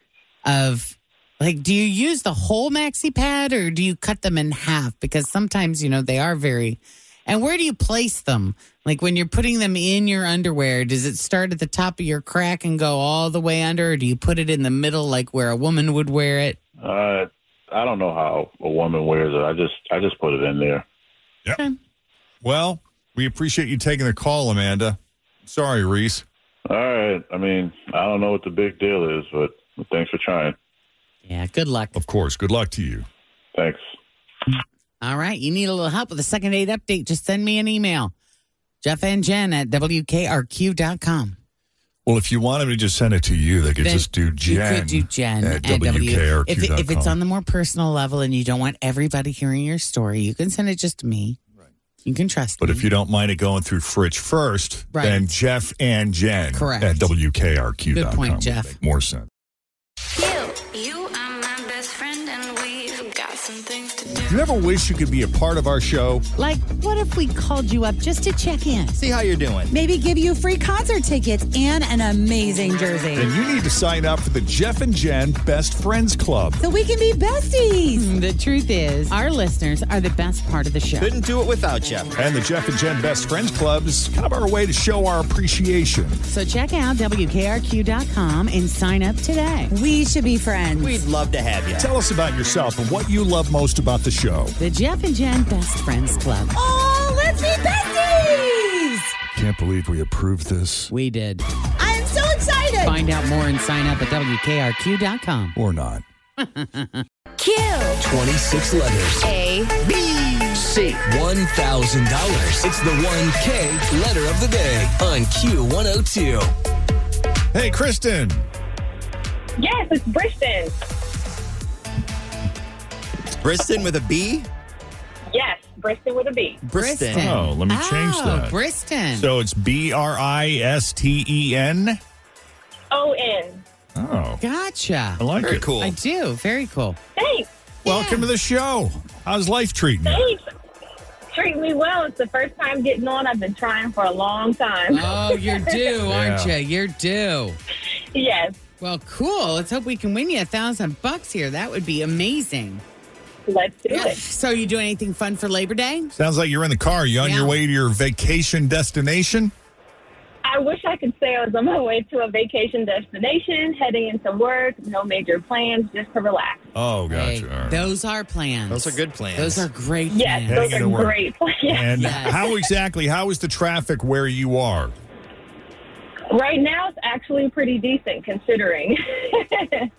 Speaker 4: of like, do you use the whole maxi pad or do you cut them in half? Because sometimes, you know, they are very. And where do you place them? Like when you're putting them in your underwear, does it start at the top of your crack and go all the way under, or do you put it in the middle, like where a woman would wear it?
Speaker 16: Uh, I don't know how a woman wears it. I just, I just put it in there.
Speaker 3: Well, we appreciate you taking the call, Amanda. Sorry, Reese.
Speaker 16: All right. I mean, I don't know what the big deal is, but thanks for trying.
Speaker 4: Yeah. Good luck.
Speaker 3: Of course. Good luck to you.
Speaker 16: Thanks.
Speaker 4: All right. You need a little help with a second aid update? Just send me an email, Jeff and Jen at WKRQ.com.
Speaker 3: Well, if you want him to just send it to you, they could
Speaker 4: Then
Speaker 3: just do Jen.
Speaker 4: You could do Jen
Speaker 3: at
Speaker 4: W-
Speaker 3: WKRQ.com.
Speaker 4: If, it- if it's on the more personal level and you don't want everybody hearing your story, you can send it just to me. Right. You can trust
Speaker 3: But
Speaker 4: me.
Speaker 3: if you don't mind it going through Fritch first,
Speaker 4: Right.
Speaker 3: then Jeff and Jen
Speaker 4: Correct.
Speaker 3: at WKRQ.com.
Speaker 4: Good point,
Speaker 3: would
Speaker 4: Jeff.
Speaker 3: make More sense.
Speaker 13: You are my best friend, and we've got some things to do.
Speaker 3: Do you ever wish you could be a part of our show?
Speaker 12: Like, what if we called you up just to check in?
Speaker 10: See how you're doing.
Speaker 12: Maybe give you free concert tickets and an amazing jersey.
Speaker 3: Then you need to sign up for the Jeff and Jen Best Friends Club.
Speaker 12: So we can be besties.
Speaker 4: Mm, the truth is, our listeners are the best part of the show.
Speaker 10: Couldn't do it without you.
Speaker 3: And the Jeff and Jen Best Friends Club is kind of our way to show our appreciation.
Speaker 4: So check out WKRQ.com and sign up today.
Speaker 12: We should be friends.
Speaker 10: We'd love to have you.
Speaker 3: Tell us about yourself and what you love most about the show.
Speaker 4: The Jeff and Jen Best Friends Club.
Speaker 12: Oh, let's be besties!
Speaker 3: Can't believe we approved this.
Speaker 4: We did.
Speaker 12: I am so excited.
Speaker 4: Find out more and sign up at WKRQ.com.
Speaker 3: Or not.
Speaker 12: Kill.
Speaker 18: 26 letters.
Speaker 12: A.
Speaker 18: B. C. $1,000. It's the 1K letter of the day on Q102.
Speaker 3: Hey, Kristen.
Speaker 19: Yes, it's Briston.
Speaker 10: Briston with a B?
Speaker 19: Yes, Briston with a B.
Speaker 10: Briston.
Speaker 3: Oh, let me change that.
Speaker 4: Briston.
Speaker 3: So it's B R I S T E N.
Speaker 19: O N.
Speaker 3: Oh,
Speaker 4: Gotcha.
Speaker 3: I like
Speaker 4: Very
Speaker 3: it.
Speaker 4: cool. I do. Very cool.
Speaker 19: Thanks.
Speaker 3: Welcome to the show. How's life treating you?
Speaker 19: Thanks. Treat me well. It's the first time getting on. I've been trying for a long time.
Speaker 4: Oh, you're due, aren't
Speaker 3: Yeah.
Speaker 4: you? You're due.
Speaker 19: yes.
Speaker 4: Well, cool. Let's hope we can win you a thousand bucks here. That would be amazing.
Speaker 19: Let's do
Speaker 4: Yeah.
Speaker 19: it.
Speaker 4: So, you doing anything fun for Labor Day?
Speaker 3: Sounds like you're in the car. You on
Speaker 4: Yeah.
Speaker 3: your way to your vacation destination?
Speaker 19: I wish I could say I was on my way to a vacation destination, heading into work, no major plans, just to relax.
Speaker 3: Oh, gotcha. All right.
Speaker 4: Those are plans. Those are good plans. Those are great
Speaker 19: Yes,
Speaker 4: plans.
Speaker 3: Heading into work. And
Speaker 19: Yes.
Speaker 3: how exactly? How is the traffic where you are?
Speaker 19: Right now, it's actually pretty decent considering.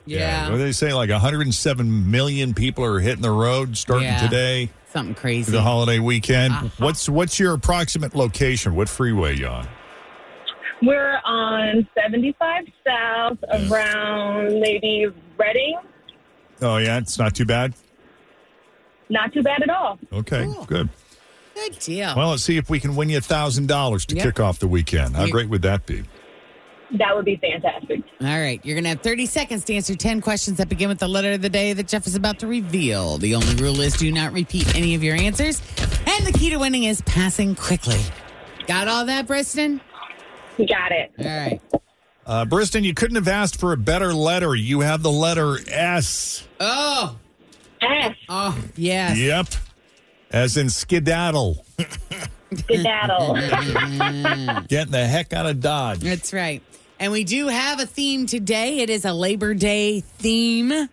Speaker 3: Yeah. What do they say? Like 107 million people are hitting the road starting
Speaker 19: Yeah.
Speaker 3: today.
Speaker 4: Something crazy.
Speaker 3: The holiday weekend. What's what's your approximate location? What freeway you on?
Speaker 19: We're on 75 South around maybe Reading.
Speaker 3: Oh yeah, it's not too bad.
Speaker 19: Not too bad at all.
Speaker 3: Okay, good.
Speaker 4: Good deal.
Speaker 3: Well, let's see if we can win you thousand dollars to
Speaker 4: Yeah.
Speaker 3: kick off the weekend. How
Speaker 4: You-
Speaker 3: great would that be?
Speaker 19: That would be fantastic.
Speaker 4: All right, you're going to have 30 seconds to answer 10 questions that begin with the letter of the day that Jeff is about to reveal. The only rule is do not repeat any of your answers. And the key to winning is passing quickly. Got all that, Briston?
Speaker 19: Got it.
Speaker 4: All right.
Speaker 3: Uh, Briston, you couldn't have asked for a better letter. You have the letter S.
Speaker 4: Oh.
Speaker 19: S.
Speaker 4: Oh, yes.
Speaker 3: Yep, as in skedaddle.
Speaker 19: Skedaddle.
Speaker 3: Getting the heck out of Dodge.
Speaker 4: That's right. And we do have a theme today. It is a Labor Day theme.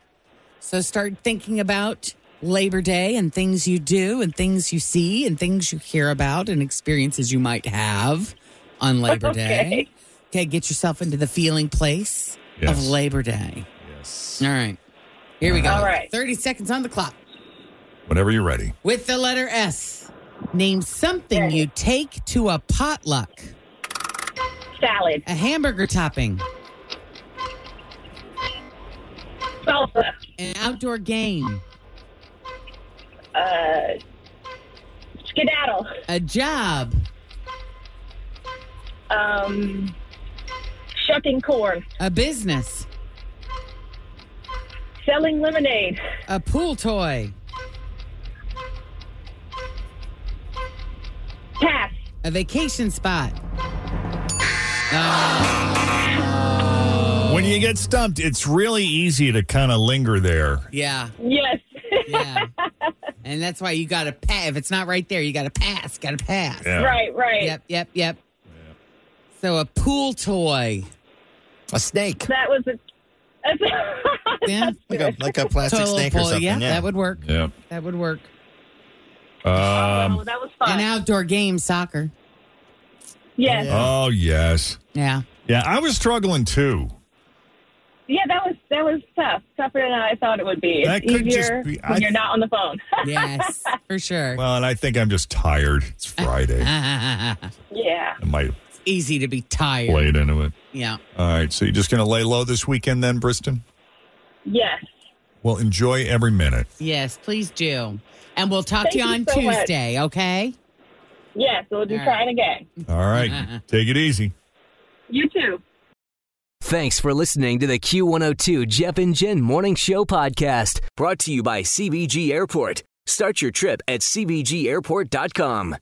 Speaker 4: So start thinking about Labor Day and things you do and things you see and things you hear about and experiences you might have on Labor Day.
Speaker 20: Okay.
Speaker 4: Okay, get yourself into the feeling place of
Speaker 20: Yes.
Speaker 4: Labor Day.
Speaker 3: Yes.
Speaker 4: All right. Here we go.
Speaker 3: All
Speaker 4: right. 30 seconds on the clock.
Speaker 3: Whenever you're ready.
Speaker 4: With the letter S, name something you take to a potluck.
Speaker 19: Salad.
Speaker 4: A hamburger topping.
Speaker 19: Salsa.
Speaker 4: An outdoor game.
Speaker 19: Uh, skedaddle.
Speaker 4: A job.
Speaker 19: Um, shucking corn.
Speaker 4: A business.
Speaker 19: Selling lemonade.
Speaker 4: A pool toy.
Speaker 19: Pass.
Speaker 4: A vacation spot.
Speaker 3: When you get stumped, it's really easy to kind of linger there.
Speaker 4: Yeah.
Speaker 19: Yes.
Speaker 4: yeah. And that's why you got to pass. If it's not right there, you got to pass. Got to pass.
Speaker 3: Yeah. Right,
Speaker 19: right.
Speaker 4: Yep, yep, yep. So a pool toy.
Speaker 10: A snake.
Speaker 19: That was a.
Speaker 4: yeah.
Speaker 10: Like a, like a plastic
Speaker 4: Toilet
Speaker 10: snake or
Speaker 4: bowl,
Speaker 10: something.
Speaker 4: yeah,
Speaker 10: Yeah,
Speaker 4: that would work.
Speaker 3: Yeah.
Speaker 4: That would work.
Speaker 3: Um,
Speaker 19: that was
Speaker 4: An outdoor game, soccer.
Speaker 19: Yes.
Speaker 3: Oh, yes.
Speaker 4: Yeah.
Speaker 3: Yeah, I was struggling too.
Speaker 19: Yeah, that was that was tough. Tougher than I thought it would be.
Speaker 3: That
Speaker 19: it's
Speaker 3: could just
Speaker 19: easier
Speaker 3: be-
Speaker 19: when
Speaker 3: I-
Speaker 19: you're not on the phone.
Speaker 4: Yes, for sure.
Speaker 3: Well, and I think I'm just tired. It's Friday. I
Speaker 19: yeah.
Speaker 3: might
Speaker 4: It's easy to be tired.
Speaker 3: play it into it.
Speaker 4: Yeah.
Speaker 3: All right, so you're just going to lay low this weekend then, Briston?
Speaker 19: Yes.
Speaker 3: Well, enjoy every minute.
Speaker 4: Yes, please do. And we'll talk
Speaker 19: Thank
Speaker 4: to you
Speaker 19: you
Speaker 4: on
Speaker 19: so much.
Speaker 4: Tuesday, okay?
Speaker 19: Yes. We'll be
Speaker 4: All right.
Speaker 19: trying again.
Speaker 3: All right, take it easy.
Speaker 19: You too.
Speaker 2: Thanks for listening to the Q102 Jeff and Jen Morning Show podcast, brought to you by CBG Airport. Start your trip at CBGAirport.com.